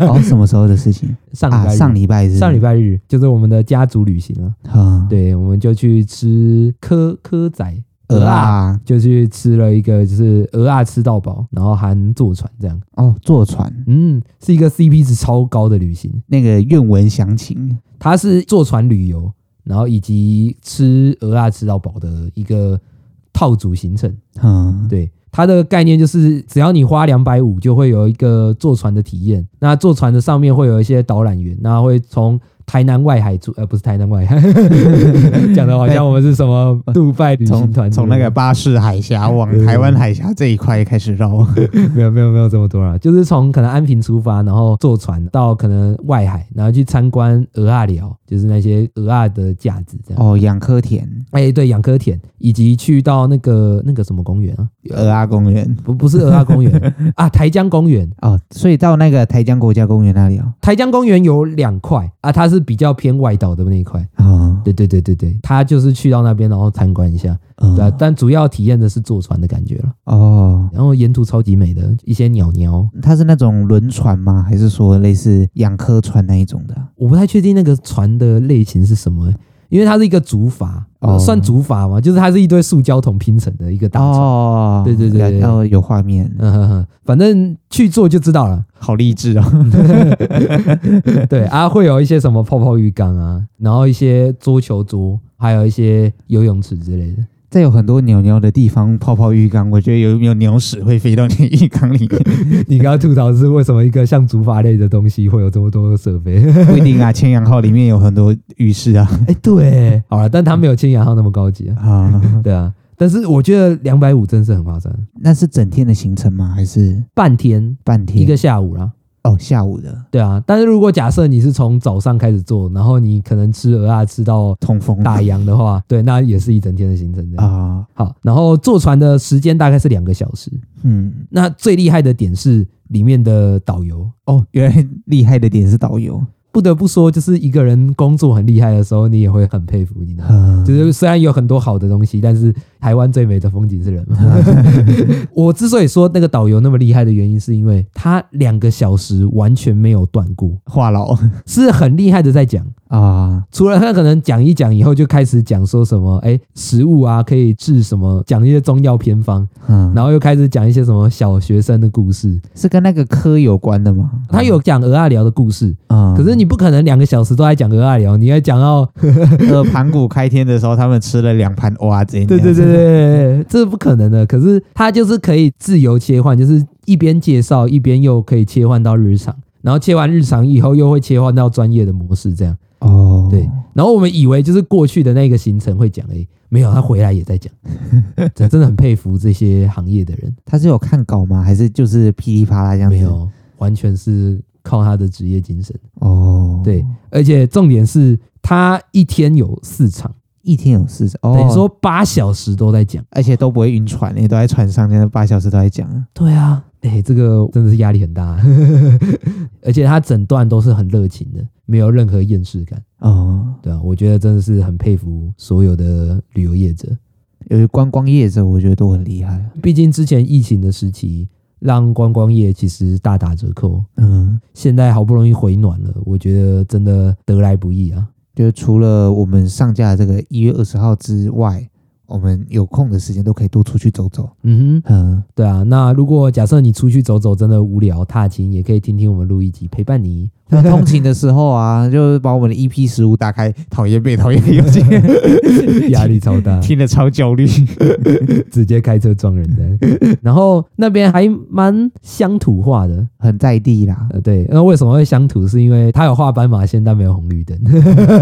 [SPEAKER 2] 哦，什么时候的事情？
[SPEAKER 3] 上 礼
[SPEAKER 2] 啊，
[SPEAKER 3] 拜日、
[SPEAKER 2] 上礼拜日，
[SPEAKER 3] 上礼拜日就是我们的家族旅行啊。
[SPEAKER 2] 啊，
[SPEAKER 3] 对，我们就去吃科科仔
[SPEAKER 2] 鹅，啊，
[SPEAKER 3] 就去吃了一个就是鹅啊吃到饱，然后含坐船这样。
[SPEAKER 2] 哦，坐船，
[SPEAKER 3] 嗯，是一个 CP 值超高的旅行。
[SPEAKER 2] 那个愿闻详情，
[SPEAKER 3] 它是坐船旅游，然后以及吃鹅啊吃到饱的一个套组行程。
[SPEAKER 2] 嗯，
[SPEAKER 3] 对，它的概念就是只要你花两百五，就会有一个坐船的体验。那坐船的上面会有一些导览员，那会从。台南外海住，呃，不是台南外海， 讲的好像我们是什么杜拜旅行团
[SPEAKER 2] 哎从
[SPEAKER 3] 之类的，
[SPEAKER 2] 从那个巴士海峡往台湾海峡这一块开始绕，
[SPEAKER 3] 没有没有没有这么多啦，就是从可能安平出发，然后坐船到可能外海，然后去参观鹅啊寮，就是那些鹅啊的架子这样。
[SPEAKER 2] 哦，养科田，
[SPEAKER 3] 哎、对，养科田，以及去到那个那个什么公园啊？
[SPEAKER 2] 鹅啊公园，
[SPEAKER 3] 不，不是鹅啊公园 啊，台江公园。
[SPEAKER 2] 哦，所以到那个台江国家公园那里哦，
[SPEAKER 3] 台江公园有两块啊，它是比较偏外岛的那一块。
[SPEAKER 2] 哦，
[SPEAKER 3] 对对对对对，它就是去到那边然后参观一下，对、啊
[SPEAKER 2] 嗯，
[SPEAKER 3] 但主要体验的是坐船的感觉了。
[SPEAKER 2] 哦。
[SPEAKER 3] 然后沿途超级美的一些鸟鸟，
[SPEAKER 2] 它是那种轮船吗？还是说类似养科船那一种的啊？
[SPEAKER 3] 我不太确定那个船的类型是什么、因为它是一个竹筏，
[SPEAKER 2] 哦
[SPEAKER 3] 算竹筏嘛，就是它是一堆塑胶桶拼成的一个大船。
[SPEAKER 2] 哦，
[SPEAKER 3] 对对对对
[SPEAKER 2] 要有画面，
[SPEAKER 3] 嗯哼哼， 反正去做就知道 了。
[SPEAKER 2] 好励志哦。
[SPEAKER 3] 对啊，会有一些什么泡泡浴缸啊，然后一些桌球桌，还有一些游泳池之类的。
[SPEAKER 2] 在有很多鸟鸟的地方泡泡浴缸，我觉得有有鸟屎会飞到你浴缸里 面，
[SPEAKER 3] 你刚刚吐槽是为什么一个像竹筏类的东西会有这么多设备？
[SPEAKER 2] 不一定啊。千阳号里面有很多浴室啊
[SPEAKER 3] 哎、对， 好了，但它没有千阳号那么高级啊。
[SPEAKER 2] 啊，
[SPEAKER 3] 对啊，但是我觉得两百五真是很划算，
[SPEAKER 2] 那是整天的行程吗？还是
[SPEAKER 3] 半天
[SPEAKER 2] 半天？
[SPEAKER 3] 一个下午啦。
[SPEAKER 2] 哦，下午的
[SPEAKER 3] 对啊，但是如果假设你是从早上开始做，然后你可能吃鹅啊吃到
[SPEAKER 2] 通风
[SPEAKER 3] 大洋的话，对，那也是一整天的行程这样。
[SPEAKER 2] 啊，
[SPEAKER 3] 好，然后坐船的时间大概是两个小时。
[SPEAKER 2] 嗯，
[SPEAKER 3] 那最厉害的点是里面的导游，
[SPEAKER 2] 哦，原来厉害的点是导游
[SPEAKER 3] 不得不说，就是一个人工作很厉害的时候，你也会很佩服你的。
[SPEAKER 2] 啊，
[SPEAKER 3] 就是虽然有很多好的东西，但是台湾最美的风景是人嘛。我之所以说那个导游那么厉害的原因，是因为他两个小时完全没有断过，
[SPEAKER 2] 话痨
[SPEAKER 3] 是很厉害的在讲。
[SPEAKER 2] 啊，
[SPEAKER 3] 除了他可能讲一讲以后就开始讲说什么，哎，食物啊可以治什么，讲一些中药偏方，
[SPEAKER 2] 嗯，
[SPEAKER 3] 然后又开始讲一些什么小学生的故事。
[SPEAKER 2] 是跟那个科有关的吗？
[SPEAKER 3] 他有讲鹅啊聊的故事，
[SPEAKER 2] 啊，
[SPEAKER 3] 可是你不可能两个小时都在讲鹅啊聊，你要讲到
[SPEAKER 2] 呃，盘古开天的时候，他们吃了两盘蚵仔煎，
[SPEAKER 3] 对对对对对，对这是不可能的。可是它就是可以自由切换，就是一边介绍一边又可以切换到日常，然后切完日常以后又会切换到专业的模式这样。
[SPEAKER 2] 哦，
[SPEAKER 3] 对，然后我们以为就是过去的那个行程会讲诶，没有，他回来也在讲，真真的很佩服这些行业的人，
[SPEAKER 2] 他是有看稿吗？还是就是噼里啪啦这样子？
[SPEAKER 3] 没有，完全是靠他的职业精神。
[SPEAKER 2] 哦，
[SPEAKER 3] 对，而且重点是他一天有四场，
[SPEAKER 2] 一天有四十哦，
[SPEAKER 3] 等于说，八小时都在讲。
[SPEAKER 2] 而且都不会晕船，你都在船上，现在八小时都在讲啊。
[SPEAKER 3] 对啊，哎，这个真的是压力很大，啊 而且他整段都是很热情的，没有任何厌世感。
[SPEAKER 2] 哦，
[SPEAKER 3] 对啊，我觉得真的是很佩服所有的旅游业者。
[SPEAKER 2] 由于观光业者，我觉得都很厉害啊。
[SPEAKER 3] 毕竟之前疫情的时期，让观光业其实大打折扣，
[SPEAKER 2] 嗯，
[SPEAKER 3] 现在好不容易回暖了，我觉得真的得来不易啊。
[SPEAKER 2] 就是除了我们上架的这个一月二十号之外，我们有空的时间都可以多出去走走。
[SPEAKER 3] 嗯哼，
[SPEAKER 2] 嗯，
[SPEAKER 3] 对啊。那如果假设你出去走走真的无聊踏青，也可以听听我们录一集陪伴 你。
[SPEAKER 2] 那通勤的时候啊，就是把我们的 EP 十五打开，讨厌被讨厌的游戏，
[SPEAKER 3] 压力超 大，
[SPEAKER 2] 听得超焦虑。
[SPEAKER 3] 直接开车撞人的。 然后那边还蛮乡土化的，
[SPEAKER 2] 很在地啦。
[SPEAKER 3] 呃，对，那为什么会乡土？是因为它有画斑马线，但没有红绿灯，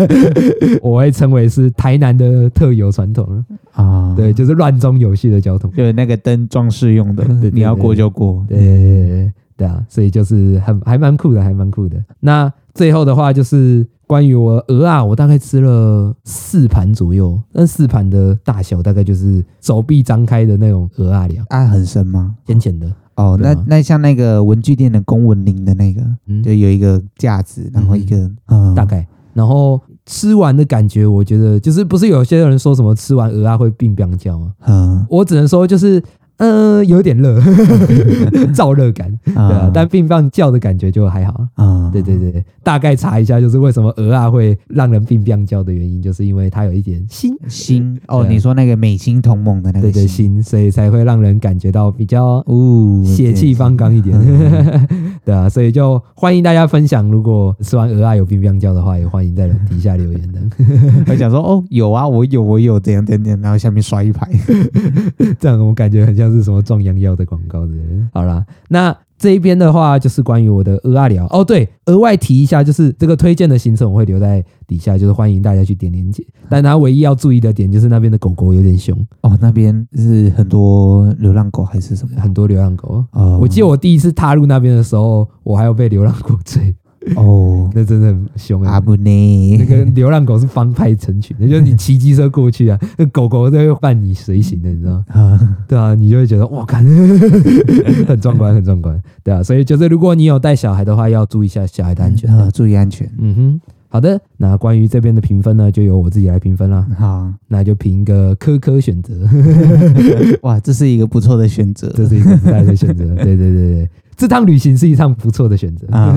[SPEAKER 3] 我会称为是台南的特有传统。
[SPEAKER 2] 啊，
[SPEAKER 3] 对，，就是乱中有序的交通。
[SPEAKER 2] 就是那个灯装饰用的，
[SPEAKER 3] 对对
[SPEAKER 2] 你要过就过。
[SPEAKER 3] 对对对对对啊，所以就是很还蛮酷的，还蛮酷的。那最后的话就是关于我鹅啊，我大概吃了四盘左右，那四盘的大小大概就是手臂张开的那种鹅啊两，
[SPEAKER 2] 啊，很深吗？
[SPEAKER 3] 浅浅的。
[SPEAKER 2] 哦，
[SPEAKER 3] 对
[SPEAKER 2] 那
[SPEAKER 3] 啊
[SPEAKER 2] 那像那个文具店的公文铃的那个，
[SPEAKER 3] 嗯
[SPEAKER 2] 就有一个架子，然后一个嗯，
[SPEAKER 3] 大概。然后吃完的感觉，我觉得就是不是有些人说什么吃完鹅啊会病病叫吗？
[SPEAKER 2] 嗯，
[SPEAKER 3] 我只能说就是。呃，有点热， 燥热感，
[SPEAKER 2] 对
[SPEAKER 3] 对啊，但病病叫的感觉就还好。
[SPEAKER 2] 啊，
[SPEAKER 3] 对对对，大概查一下，就是为什么鹅啊会让人病病叫的原因，就是因为它有一点腥，
[SPEAKER 2] 心哦，
[SPEAKER 3] 对啊
[SPEAKER 2] 你说那个美心同盟的那
[SPEAKER 3] 对
[SPEAKER 2] 个
[SPEAKER 3] 对
[SPEAKER 2] 心，
[SPEAKER 3] 腥，所以才会让人感觉到比较
[SPEAKER 2] 哦，
[SPEAKER 3] 血气方刚一点， 对啊，所以就欢迎大家分享，如果吃完鹅啊有病病叫的话，也欢迎在底下留言的。
[SPEAKER 2] 我想说哦，有啊，我有，我有，怎样怎样，怎样然后下面刷一 排。
[SPEAKER 3] 这样我感觉很像是什么壮阳药的广告之类的。好啦，那这一边的话就是关于我的鹅啊聊哦，对，额外提一下，就是这个推荐的行程我会留在底下，就是欢迎大家去点连接。但它唯一要注意的点就是那边的狗狗有点凶，
[SPEAKER 2] 哦，那边是很多流浪狗还是什么？
[SPEAKER 3] 很多流浪狗。
[SPEAKER 2] 哦，
[SPEAKER 3] 我记得我第一次踏入那边的时候，我还有被流浪狗追，
[SPEAKER 2] 哦，
[SPEAKER 3] 那真的很凶
[SPEAKER 2] 阿
[SPEAKER 3] 啊！
[SPEAKER 2] 布内
[SPEAKER 3] 那个流浪狗是帮派成群的，就是你骑机车过去啊，那狗狗都会伴你随行的，你知道吗？
[SPEAKER 2] 啊，
[SPEAKER 3] 对啊，你就会觉得哇，看 很壮观，很壮观，对啊，所以就是如果你有带小孩的话，要注意一下小孩的安全。
[SPEAKER 2] 啊，注意安全。
[SPEAKER 3] 嗯哼，好的，那关于这边的评分呢，就由我自己来评分啦，
[SPEAKER 2] 好，
[SPEAKER 3] 那就评一个科科选择，
[SPEAKER 2] 哇，这是一个不错的选择
[SPEAKER 3] 这是一个不赖的选择，对对对对，这趟旅行是一趟不错的选择。
[SPEAKER 2] 啊，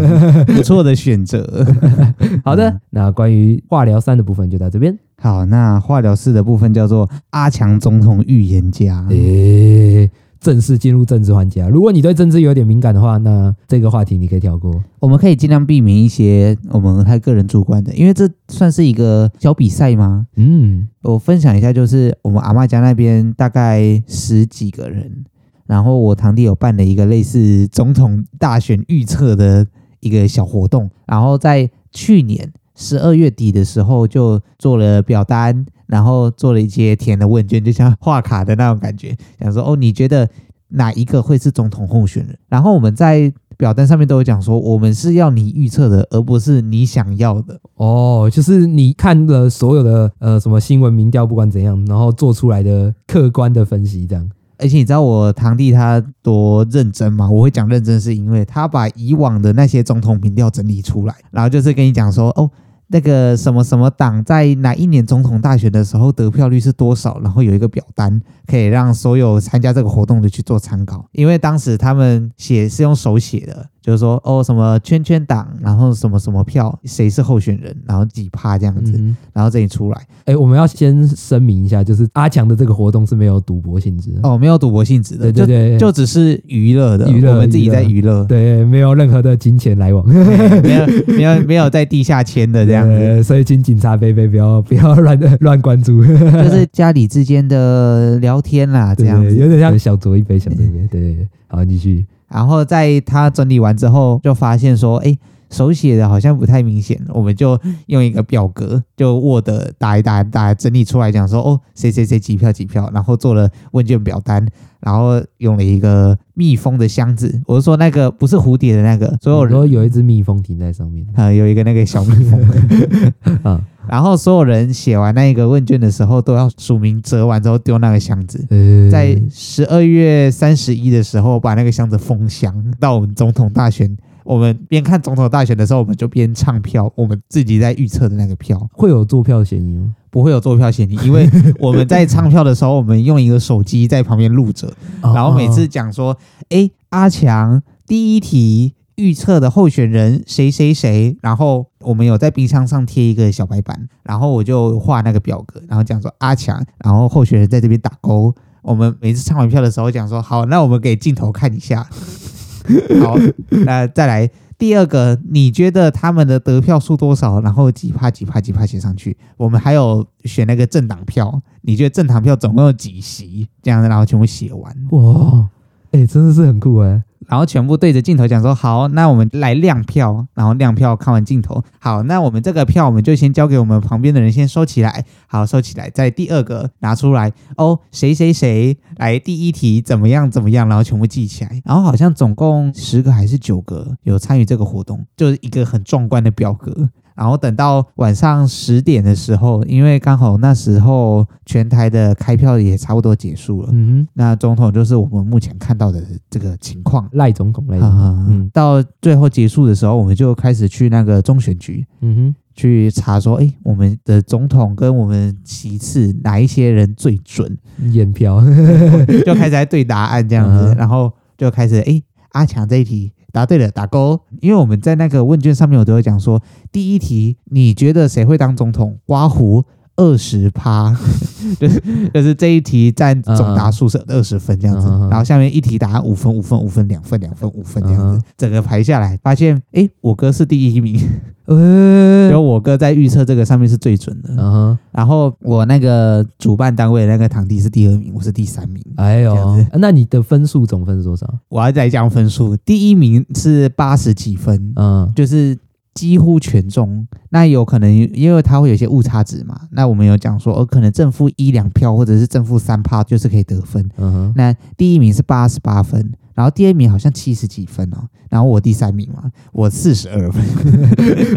[SPEAKER 2] 不错的选择。
[SPEAKER 3] 好的，那关于化疗三的部分就到这边。
[SPEAKER 2] 好，那化疗室的部分叫做阿强总统预言家。
[SPEAKER 3] 诶、正式进入政治环节啊！如果你对政治有点敏感的话，那这个话题你可以跳过。
[SPEAKER 2] 我们可以尽量避免一些我们他个人主观的，因为这算是一个小比赛吗？
[SPEAKER 3] 嗯，
[SPEAKER 2] 我分享一下，就是我们阿嬷家那边大概十几个人，然后我堂弟有办了一个类似总统大选预测的一个小活动，然后在去年十二月底的时候就做了表单，然后做了一些填的问卷，就像画卡的那种感觉，想说哦，你觉得哪一个会是总统候选人？然后我们在表单上面都有讲说，我们是要你预测的，而不是你想要的。
[SPEAKER 3] 哦，就是你看了所有的呃什么新闻民调，不管怎样，然后做出来的客观的分析，这样。
[SPEAKER 2] 而且你知道我堂弟他多认真吗？我会讲认真，是因为他把以往的那些总统民调整理出来，然后就是跟你讲说，哦，那个什么什么党在哪一年总统大选的时候得票率是多少，然后有一个表单可以让所有参加这个活动的去做参考。因为当时他们写是用手写的，就是说，哦，什么圈圈党，然后什么什么票，谁是候选人，然后几趴这样子，
[SPEAKER 3] 嗯，
[SPEAKER 2] 然后这里出来。
[SPEAKER 3] 哎、我们要先声明一下，就是阿强的这个活动是没有赌博性质的，
[SPEAKER 2] 哦，没有赌博性质的，
[SPEAKER 3] 对对
[SPEAKER 2] 就
[SPEAKER 3] 对，
[SPEAKER 2] 就只是娱乐的，
[SPEAKER 3] 娱乐
[SPEAKER 2] 我们自己在
[SPEAKER 3] 娱
[SPEAKER 2] 娱乐，
[SPEAKER 3] 对，没有任何的金钱来往，
[SPEAKER 2] 没有没 有没有在地下签的这样子，
[SPEAKER 3] 呃， 所以请警察贝贝不要不要乱乱关注，
[SPEAKER 2] 就是家里之间的聊天啦，这
[SPEAKER 3] 对
[SPEAKER 2] 样
[SPEAKER 3] 对，
[SPEAKER 2] 子。
[SPEAKER 3] 有点像小酌一杯，小酌一杯，对对对，好，你继续，
[SPEAKER 2] 然后在他整理完之后，就发现说，哎，手写的好像不太明显，我们就用一个表格，就 Word 打一打打整理出来，讲说哦谁谁谁几票几票，然后做了问卷表单，然后用了一个密封的箱子，我是说那个不是蝴蝶的那 个，所有
[SPEAKER 3] 我
[SPEAKER 2] 人
[SPEAKER 3] 说有一只蜜蜂停在上 面，
[SPEAKER 2] 呃有一个那个小蜜蜂，
[SPEAKER 3] 啊，
[SPEAKER 2] 然后所有人写完那一个问卷的时候都要署名折完之后丢那个箱子，
[SPEAKER 3] 呃，
[SPEAKER 2] 在十二月三十一的时候把那个箱子封箱到我们总统大选。我们边看总统大选的时候，我们就边唱票，我们自己在预测的那个票
[SPEAKER 3] 会有坐票嫌疑吗？
[SPEAKER 2] 不会有坐票嫌疑，因为我们在唱票的时候，我们用一个手机在旁边录着，
[SPEAKER 3] 哦
[SPEAKER 2] 然后每次讲说，诶，阿强第一题预测的候选人谁谁谁，然后我们有在冰箱上贴一个小白板，然后我就画那个表格，然后讲说阿强，然后候选人在这边打勾。我们每次唱完票的时候讲说，好，那我们给镜头看一下。 好，那再来第二个，你觉得他们的得票数多少？然后几趴几趴几趴写上去。我们还有选那个政党票，你觉得政党票总共有几席？这样，然后全部写完。
[SPEAKER 3] 哇，哎、真的是很酷哎、
[SPEAKER 2] 然后全部对着镜头讲说：“好，那我们来亮票。”然后亮票看完镜头，好，那我们这个票我们就先交给我们旁边的人先收起来，好，收起来。再第二个拿出来，哦，谁谁谁来第一题怎么样怎么样，然后全部记起来。然后好像总共十个还是九个有参与这个活动，就是一个很壮观的表格。然后等到晚上十点的时候，因为刚好那时候全台的开票也差不多结束了，
[SPEAKER 3] 嗯
[SPEAKER 2] 那总统就是我们目前看到的这个情况
[SPEAKER 3] 哼，。赖总统，赖总统，
[SPEAKER 2] 啊，
[SPEAKER 3] 嗯
[SPEAKER 2] 到最后结束的时候，我们就开始去那个中选局
[SPEAKER 3] 嗯
[SPEAKER 2] 去查说，哎，我们的总统跟我们其次哪一些人最准，
[SPEAKER 3] 哼，验票，
[SPEAKER 2] 就开始在对答案这样
[SPEAKER 3] 嗯
[SPEAKER 2] 子，
[SPEAKER 3] 哼
[SPEAKER 2] 然后就开始，哎，阿强这一题答对了，打勾。因为我们在那个问卷上面，我都会讲说，第一题你觉得谁会当总统？刮胡。二十趴， 就是就是这一题占总答数是二十分这样子
[SPEAKER 3] 嗯嗯嗯嗯，
[SPEAKER 2] 然后下面一题答案五分五分五分两分两分五分这样
[SPEAKER 3] 嗯
[SPEAKER 2] 子
[SPEAKER 3] 哼，
[SPEAKER 2] 整个排下来发现，诶，我哥是第一名，
[SPEAKER 3] 呃
[SPEAKER 2] 因为，我哥在预测这个上面是最准的，
[SPEAKER 3] 嗯哼，
[SPEAKER 2] 然后我那个主办单位的那个堂弟是第二名，我是第三名，
[SPEAKER 3] 哎呦，
[SPEAKER 2] 这样子
[SPEAKER 3] 啊那你的分数总分是多少？
[SPEAKER 2] 我要再讲分数，第一名是八十几分，
[SPEAKER 3] 嗯，
[SPEAKER 2] 就是几乎全中。那有可能因为它会有一些误差值嘛，那我们有讲说，哦，可能正负一两票或者是正负三趴就是可以得分。
[SPEAKER 3] 嗯 哼，
[SPEAKER 2] 那第一名是八十八分，然后第二名好像七十几分哦，然后我第三名嘛，我四十二分，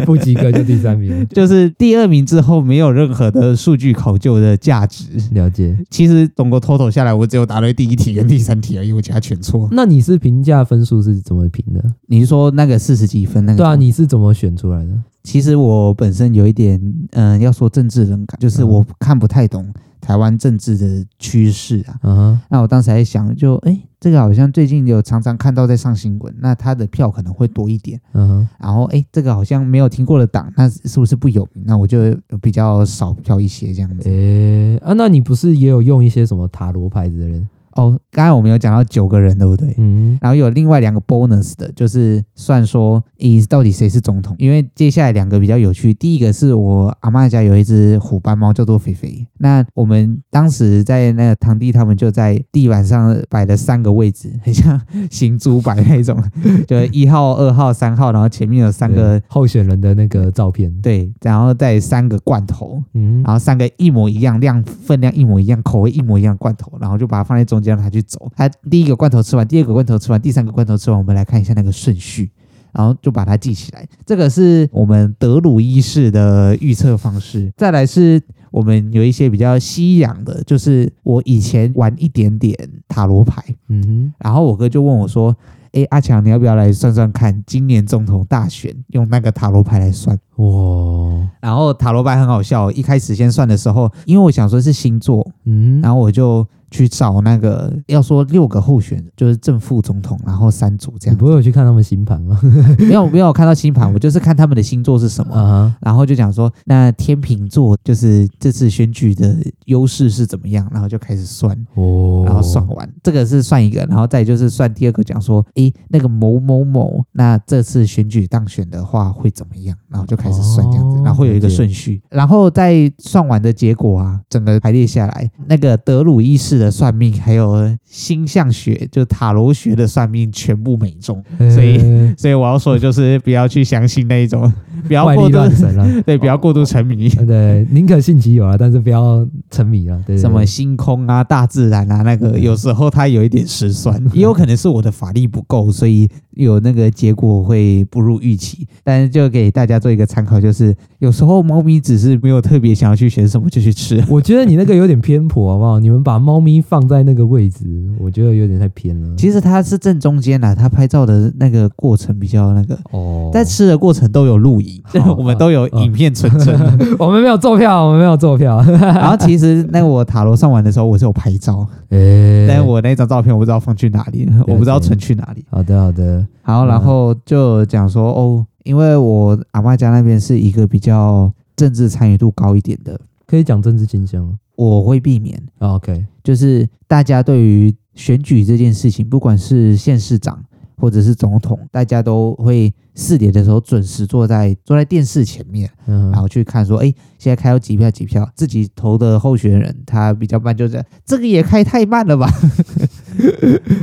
[SPEAKER 3] 不及格就第三名，
[SPEAKER 2] 就是第二名之后没有任何的数据考究的价值。
[SPEAKER 3] 了解。
[SPEAKER 2] 其实总共 total 下来，我只有答对第一题跟第三题而已，我其他全错。
[SPEAKER 3] 那你是评价分数是怎么评的？
[SPEAKER 2] 你是说那个四十几分那个？
[SPEAKER 3] 对啊，你是怎么选出来的？
[SPEAKER 2] 其实我本身有一点，嗯、要说政治冷感，就是
[SPEAKER 3] 嗯
[SPEAKER 2] 我看不太懂台湾政治的趋势啊。
[SPEAKER 3] 嗯哼，
[SPEAKER 2] 那我当时还想就，诶，这个好像最近有常常看到在上新闻，那他的票可能会多一点。
[SPEAKER 3] 嗯哼，
[SPEAKER 2] 然后，诶，这个好像没有听过的党，那是不是不有名？那我就比较少票一些这样子。
[SPEAKER 3] 诶、啊，那你不是也有用一些什么塔罗牌之类的？
[SPEAKER 2] 哦，刚才我们有讲到九个人，对不对？
[SPEAKER 3] 嗯，
[SPEAKER 2] 然后有另外两个 bonus 的，就是算说，咦，到底谁是总统？因为接下来两个比较有趣。第一个是我阿嬷家有一只虎斑猫，叫做肥肥。那我们当时在那个堂弟他们就在地板上摆了三个位置，很像行猪摆那一种， 就一号、二号、三号，然后前面有三个
[SPEAKER 3] 对候选人的那个照片，
[SPEAKER 2] 对，然后再三个罐头。
[SPEAKER 3] 嗯，
[SPEAKER 2] 然后三个一模一样量、分量一模一样、口味一模一样的罐头，然后就把它放在中间让它去走。它第一个罐头吃完，第二个罐头吃完，第三个罐头吃完，我们来看一下那个顺序，然后就把它记起来。这个是我们德鲁伊式的预测方式。再来是我们有一些比较西洋的，就是我以前玩一点点塔罗牌，
[SPEAKER 3] 嗯哼，
[SPEAKER 2] 然后我哥就问我说。诶，阿强，你要不要来算算看，今年总统大选用那个塔罗牌来算？
[SPEAKER 3] 哇，
[SPEAKER 2] 然后塔罗牌很好笑，一开始先算的时候，因为我想说是星座，
[SPEAKER 3] 嗯，
[SPEAKER 2] 然后我就去找那个要说六个候选，就是正副总统，然后三组这
[SPEAKER 3] 你
[SPEAKER 2] 样。
[SPEAKER 3] 不会有去看他们星盘吗？
[SPEAKER 2] 没有没有看到星 盘，我就是看他们的星座是什么。
[SPEAKER 3] 啊
[SPEAKER 2] 然后就讲说，那天秤座就是这次选举的优势是怎么样，然后就开始算，
[SPEAKER 3] 哈，哦，
[SPEAKER 2] 然后算完，这个是算一个，然后再就是算第二个，讲说，诶，那个某某某，那这次选举当选的话会怎么样？然后就开始算这样子
[SPEAKER 3] 哦，
[SPEAKER 2] 然后会有一个
[SPEAKER 3] 了解
[SPEAKER 2] 顺序，然后再算完的结果啊，整个排列下来，那个德鲁伊式式的算命，还有星象学，就塔罗学的算命，全部没中。所以，
[SPEAKER 3] 呃
[SPEAKER 2] 所以我要说的就是，不要去相信那一种，不要
[SPEAKER 3] 怪
[SPEAKER 2] 过
[SPEAKER 3] 力
[SPEAKER 2] 度
[SPEAKER 3] 乱，神了、
[SPEAKER 2] 对，不要过度沉迷。
[SPEAKER 3] 呃对，宁可信其有啊，但是不要沉迷啊。对对
[SPEAKER 2] 什么
[SPEAKER 3] 对
[SPEAKER 2] 星空啊、大自然啊，那个有时候它有一点失 算，也有可能是我的法力不够，所以有那个结果会不如预期。但是就给大家做一个参考，就是有时候猫咪只是没有特别想要去选什么就去吃。
[SPEAKER 3] 我觉得你那个有点偏颇，好不好？你们把猫咪放在那个位置，我觉得有点太偏了。
[SPEAKER 2] 其实它是正中间啦，它拍照的那个过程比较那个，
[SPEAKER 3] 哦，
[SPEAKER 2] 在吃的过程都有录影，
[SPEAKER 3] 好
[SPEAKER 2] 我们都有
[SPEAKER 3] 嗯
[SPEAKER 2] 影片存证。
[SPEAKER 3] 我们没有做票，我们没有做票。
[SPEAKER 2] 哦然后其实那个我塔罗上完的时候，我是有拍照，
[SPEAKER 3] 哎
[SPEAKER 2] 但我那张照片我不知道放去哪里了，我不知道
[SPEAKER 3] 了解
[SPEAKER 2] 存去哪里。
[SPEAKER 3] 好的好的，
[SPEAKER 2] 好，然
[SPEAKER 3] 嗯
[SPEAKER 2] 后就讲说哦，因为我阿妈家那边是一个比较政治参与度高一点的，
[SPEAKER 3] 可以讲政治倾向吗、
[SPEAKER 2] 我会避免，
[SPEAKER 3] 哦、？OK，
[SPEAKER 2] 就是大家对于选举这件事情，不管是县市长或者是总统，大家都会四点的时候准时坐在坐在电视前面，
[SPEAKER 3] 嗯
[SPEAKER 2] 然，后去看说，哎，现在开到几票几票，自己投的候选人他比较慢，就是这个也开太慢了吧？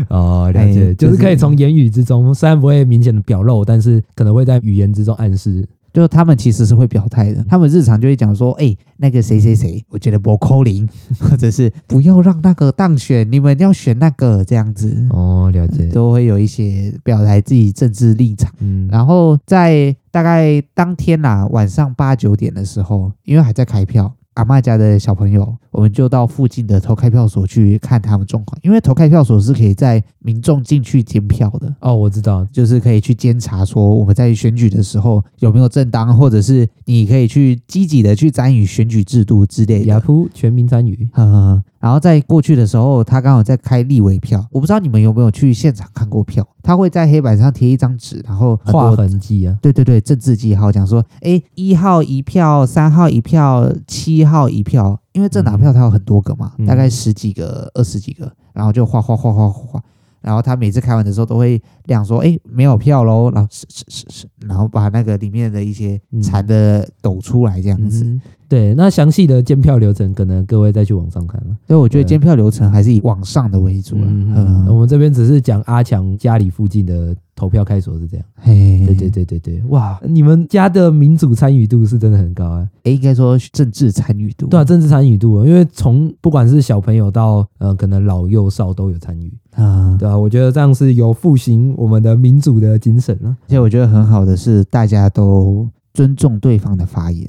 [SPEAKER 3] 哦，了解，
[SPEAKER 2] 哎
[SPEAKER 3] 就是
[SPEAKER 2] 就是
[SPEAKER 3] 可以从言语之中，虽然不会明显的表露，但是可能会在语言之中暗示。
[SPEAKER 2] 就他们其实是会表态的，他们日常就会讲说，哎、那个谁谁谁，我觉得不扣零， 或者是不要让那个当选，你们要选那个这样子，
[SPEAKER 3] 哦，了解，
[SPEAKER 2] 都会有一些表达自己政治立场。
[SPEAKER 3] 嗯，
[SPEAKER 2] 然后在大概当天啦、晚上八九点的时候，因为还在开票，阿嬷家的小朋友，我们就到附近的投开票所去看他们状况，因为投开票所是可以在民众进去监票的，
[SPEAKER 3] 哦，我知道，
[SPEAKER 2] 就是可以去监察说我们在选举的时候有没有正当，或者是你可以去积极的去参与选举制度之类
[SPEAKER 3] 雅
[SPEAKER 2] 的。
[SPEAKER 3] 普全民参与。
[SPEAKER 2] 嗯，然后在过去的时候，他刚好在开立委票，我不知道你们有没有去现场看过票，他会在黑板上贴一张纸，然后很多
[SPEAKER 3] 划痕迹啊，
[SPEAKER 2] 对对对，政治记号讲说，哎，一号一票，三号一票，七号一票，因为政党票它有很多个嘛，
[SPEAKER 3] 嗯
[SPEAKER 2] 大概十几个、二十几个，然后就画画画画画画，然后他每次开完的时候都会亮说，哎，没有票喽，然后是是是是，然后把那个里面的一些
[SPEAKER 3] 嗯
[SPEAKER 2] 残的抖出来这样
[SPEAKER 3] 嗯
[SPEAKER 2] 子。
[SPEAKER 3] 哼，对，那详细的监票流程，可能各位再去网上看了。
[SPEAKER 2] 所以我觉得
[SPEAKER 3] 对
[SPEAKER 2] 监票流程还是以往上的为主了。
[SPEAKER 3] 嗯，我
[SPEAKER 2] 嗯，
[SPEAKER 3] 们这边只是讲阿强家里附近的投票开锁是这样。
[SPEAKER 2] 嘿，
[SPEAKER 3] 对对，对对对，哇，你们家的民主参与度是真的很高啊。
[SPEAKER 2] 哎，应该说政治参与度，
[SPEAKER 3] 对啊，政治参与度，因为从不管是小朋友到呃，可能老幼少都有参与，
[SPEAKER 2] 啊，
[SPEAKER 3] 对啊，我觉得这样是有复兴我们的民主的精神啊。
[SPEAKER 2] 而且我觉得很好的是大家都尊重对方的发言。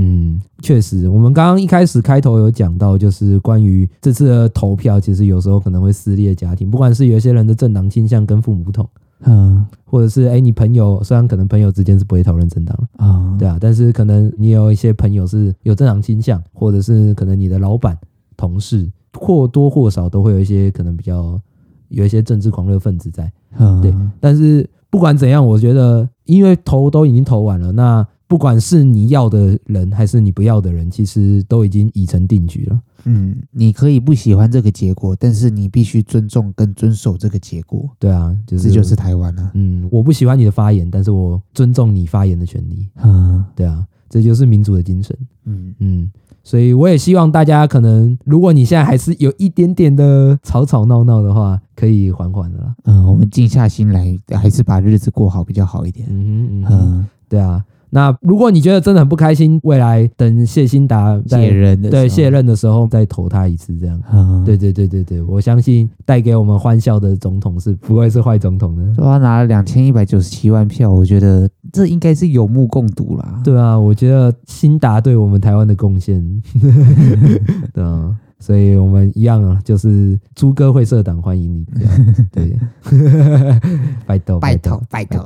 [SPEAKER 3] 嗯，确实，我们刚刚一开始开头有讲到，就是关于这次的投票，其实有时候可能会撕裂家庭，不管是有一些人的政党倾向跟父母不同，
[SPEAKER 2] 嗯
[SPEAKER 3] 或者是哎，你朋友虽然可能朋友之间是不会讨论政党，
[SPEAKER 2] 啊，
[SPEAKER 3] 对啊，但是可能你有一些朋友是有正常倾向，或者是可能你的老板、同事或多或少都会有一些可能比较有一些政治狂热分子在。
[SPEAKER 2] 嗯
[SPEAKER 3] 对但是不管怎样，我觉得因为投都已经投完了，那不管是你要的人还是你不要的人，其实都已经已成定局了。
[SPEAKER 2] 嗯，你可以不喜欢这个结果，但是你必须尊重跟遵守这个结果，
[SPEAKER 3] 对啊，就是
[SPEAKER 2] 这就是台湾啊了、
[SPEAKER 3] 嗯，我不喜欢你的发言，但是我尊重你发言的权利。
[SPEAKER 2] 嗯
[SPEAKER 3] 对啊，这就是民主的精神。
[SPEAKER 2] 嗯，
[SPEAKER 3] 嗯，所以我也希望大家可能，如果你现在还是有一点点的吵吵闹闹的话，可以缓缓的啦。
[SPEAKER 2] 嗯，我们静下心来，还是把日子过好比较好一点。
[SPEAKER 3] 嗯哼嗯哼，
[SPEAKER 2] 嗯，
[SPEAKER 3] 对啊。那如果你觉得真的很不开心，未来等谢欣达在
[SPEAKER 2] 卸任的时候
[SPEAKER 3] 对卸，任的时候再投他一次，这样。
[SPEAKER 2] 嗯，
[SPEAKER 3] 对，对对对对，我相信带给我们欢笑的总统是不会是坏总统的。
[SPEAKER 2] 他拿了两千一百九十七万票，我觉得这应该是有目共睹啦。，
[SPEAKER 3] 对啊，我觉得辛达对我们台湾的 贡献， 对啊，所以我们一样啊，就是猪哥会社党欢迎你，对啊对， 拜托
[SPEAKER 2] 拜
[SPEAKER 3] 托
[SPEAKER 2] 托拜托，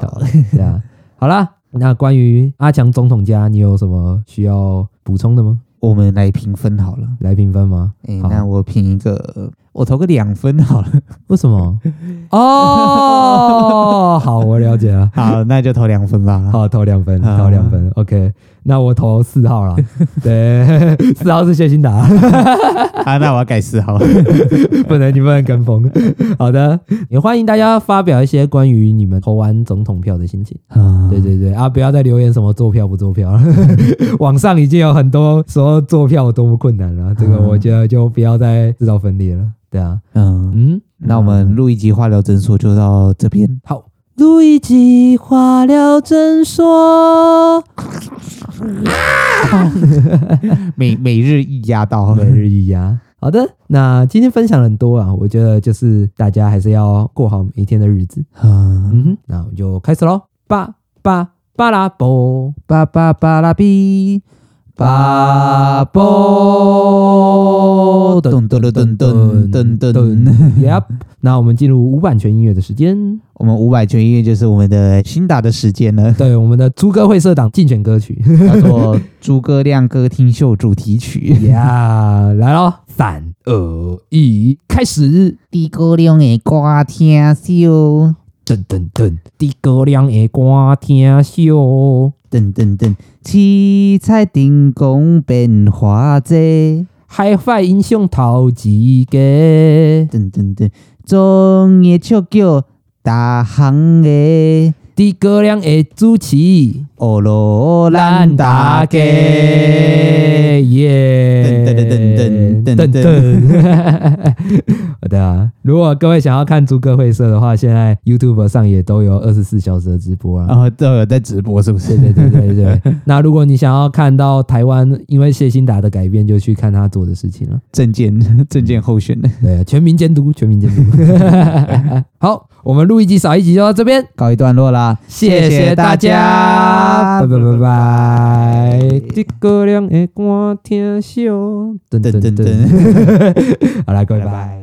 [SPEAKER 3] 对啊，好啦，那关于阿强总统家，你有什么需要补充的吗？
[SPEAKER 2] 我们来评分好了。
[SPEAKER 3] 来评分吗？
[SPEAKER 2] 哎，
[SPEAKER 3] 好
[SPEAKER 2] 那我评一个，我投个两分好了。
[SPEAKER 3] 为 什么？哦，好，我了解了。
[SPEAKER 2] 好，那就投两分吧。
[SPEAKER 3] 好，投两分，
[SPEAKER 2] 好
[SPEAKER 3] 投两分。OK，那我投四号啦。对， 四号是谢欣达，
[SPEAKER 2] 啊，那我要改四号。
[SPEAKER 3] 不能你不能跟风。 好的，也欢迎大家发表一些关于你们投完总统票的心情。
[SPEAKER 2] 嗯
[SPEAKER 3] 对对对啊，不要再留言什么做票不做票了， 网上已经有很多说做票有多么困难了，这个我觉得就不要再制造分裂了。对啊，
[SPEAKER 2] 嗯，
[SPEAKER 3] 嗯，
[SPEAKER 2] 那我们录一集化疗诊所就到这边。
[SPEAKER 3] 好，录一集化疗诊所，
[SPEAKER 2] 每每日一压到，
[SPEAKER 3] 每日一压。 好的，那今天分享了很多啊，我觉得就是大家还是要过好每一天的日子。
[SPEAKER 2] 嗯，
[SPEAKER 3] 嗯哼，那我们就开始喽，八八巴拉波，
[SPEAKER 2] 巴巴巴拉比，
[SPEAKER 3] 巴波
[SPEAKER 2] 噔噔噔噔噔噔 噔。
[SPEAKER 3] 噔，Yep，那我们进入无版权音乐的时间。，
[SPEAKER 2] 我们五百圈音乐就是我们的新打的时间了
[SPEAKER 3] 对，我们的猪哥会社党竞选歌 曲
[SPEAKER 2] 叫做《诸葛亮歌厅秀》主题曲。
[SPEAKER 3] 呀啊来喽，三二一，开始！
[SPEAKER 2] 诸葛亮的歌厅秀，
[SPEAKER 3] 噔噔噔，诸葛亮的歌听秀，
[SPEAKER 2] 噔噔噔，七彩灯光变化济，
[SPEAKER 3] 海快英雄头一个，
[SPEAKER 2] 噔噔噔，中的笑叫大行的，
[SPEAKER 3] 诸葛亮的主持
[SPEAKER 2] 哦罗
[SPEAKER 3] 咱
[SPEAKER 2] 咱
[SPEAKER 3] 大
[SPEAKER 2] 大
[SPEAKER 3] 家，
[SPEAKER 2] 家。
[SPEAKER 3] 耶！
[SPEAKER 2] 噔噔噔噔噔噔
[SPEAKER 3] 噔。 好的啊，如果各位想要看猪哥会社的话，现在 YouTube 上也都有二十四小时的直播了。
[SPEAKER 2] 哦，都有在直播是不是？
[SPEAKER 3] 对对对对对，那如果你想要看到台湾因为谢欣达的改变，就去看他做的事情了。
[SPEAKER 2] 证件证件候选的，
[SPEAKER 3] 对啊，全民监督， 全民监督。好，我们录一集少一集就到这边，
[SPEAKER 2] 告一段落啦，
[SPEAKER 3] 谢谢大家，拜拜拜拜。诸葛亮的歌听秀，噔
[SPEAKER 2] 噔
[SPEAKER 3] 噔
[SPEAKER 2] 噔噔，
[SPEAKER 3] 噔。好啦，各位
[SPEAKER 2] 拜
[SPEAKER 3] 拜。
[SPEAKER 2] 拜。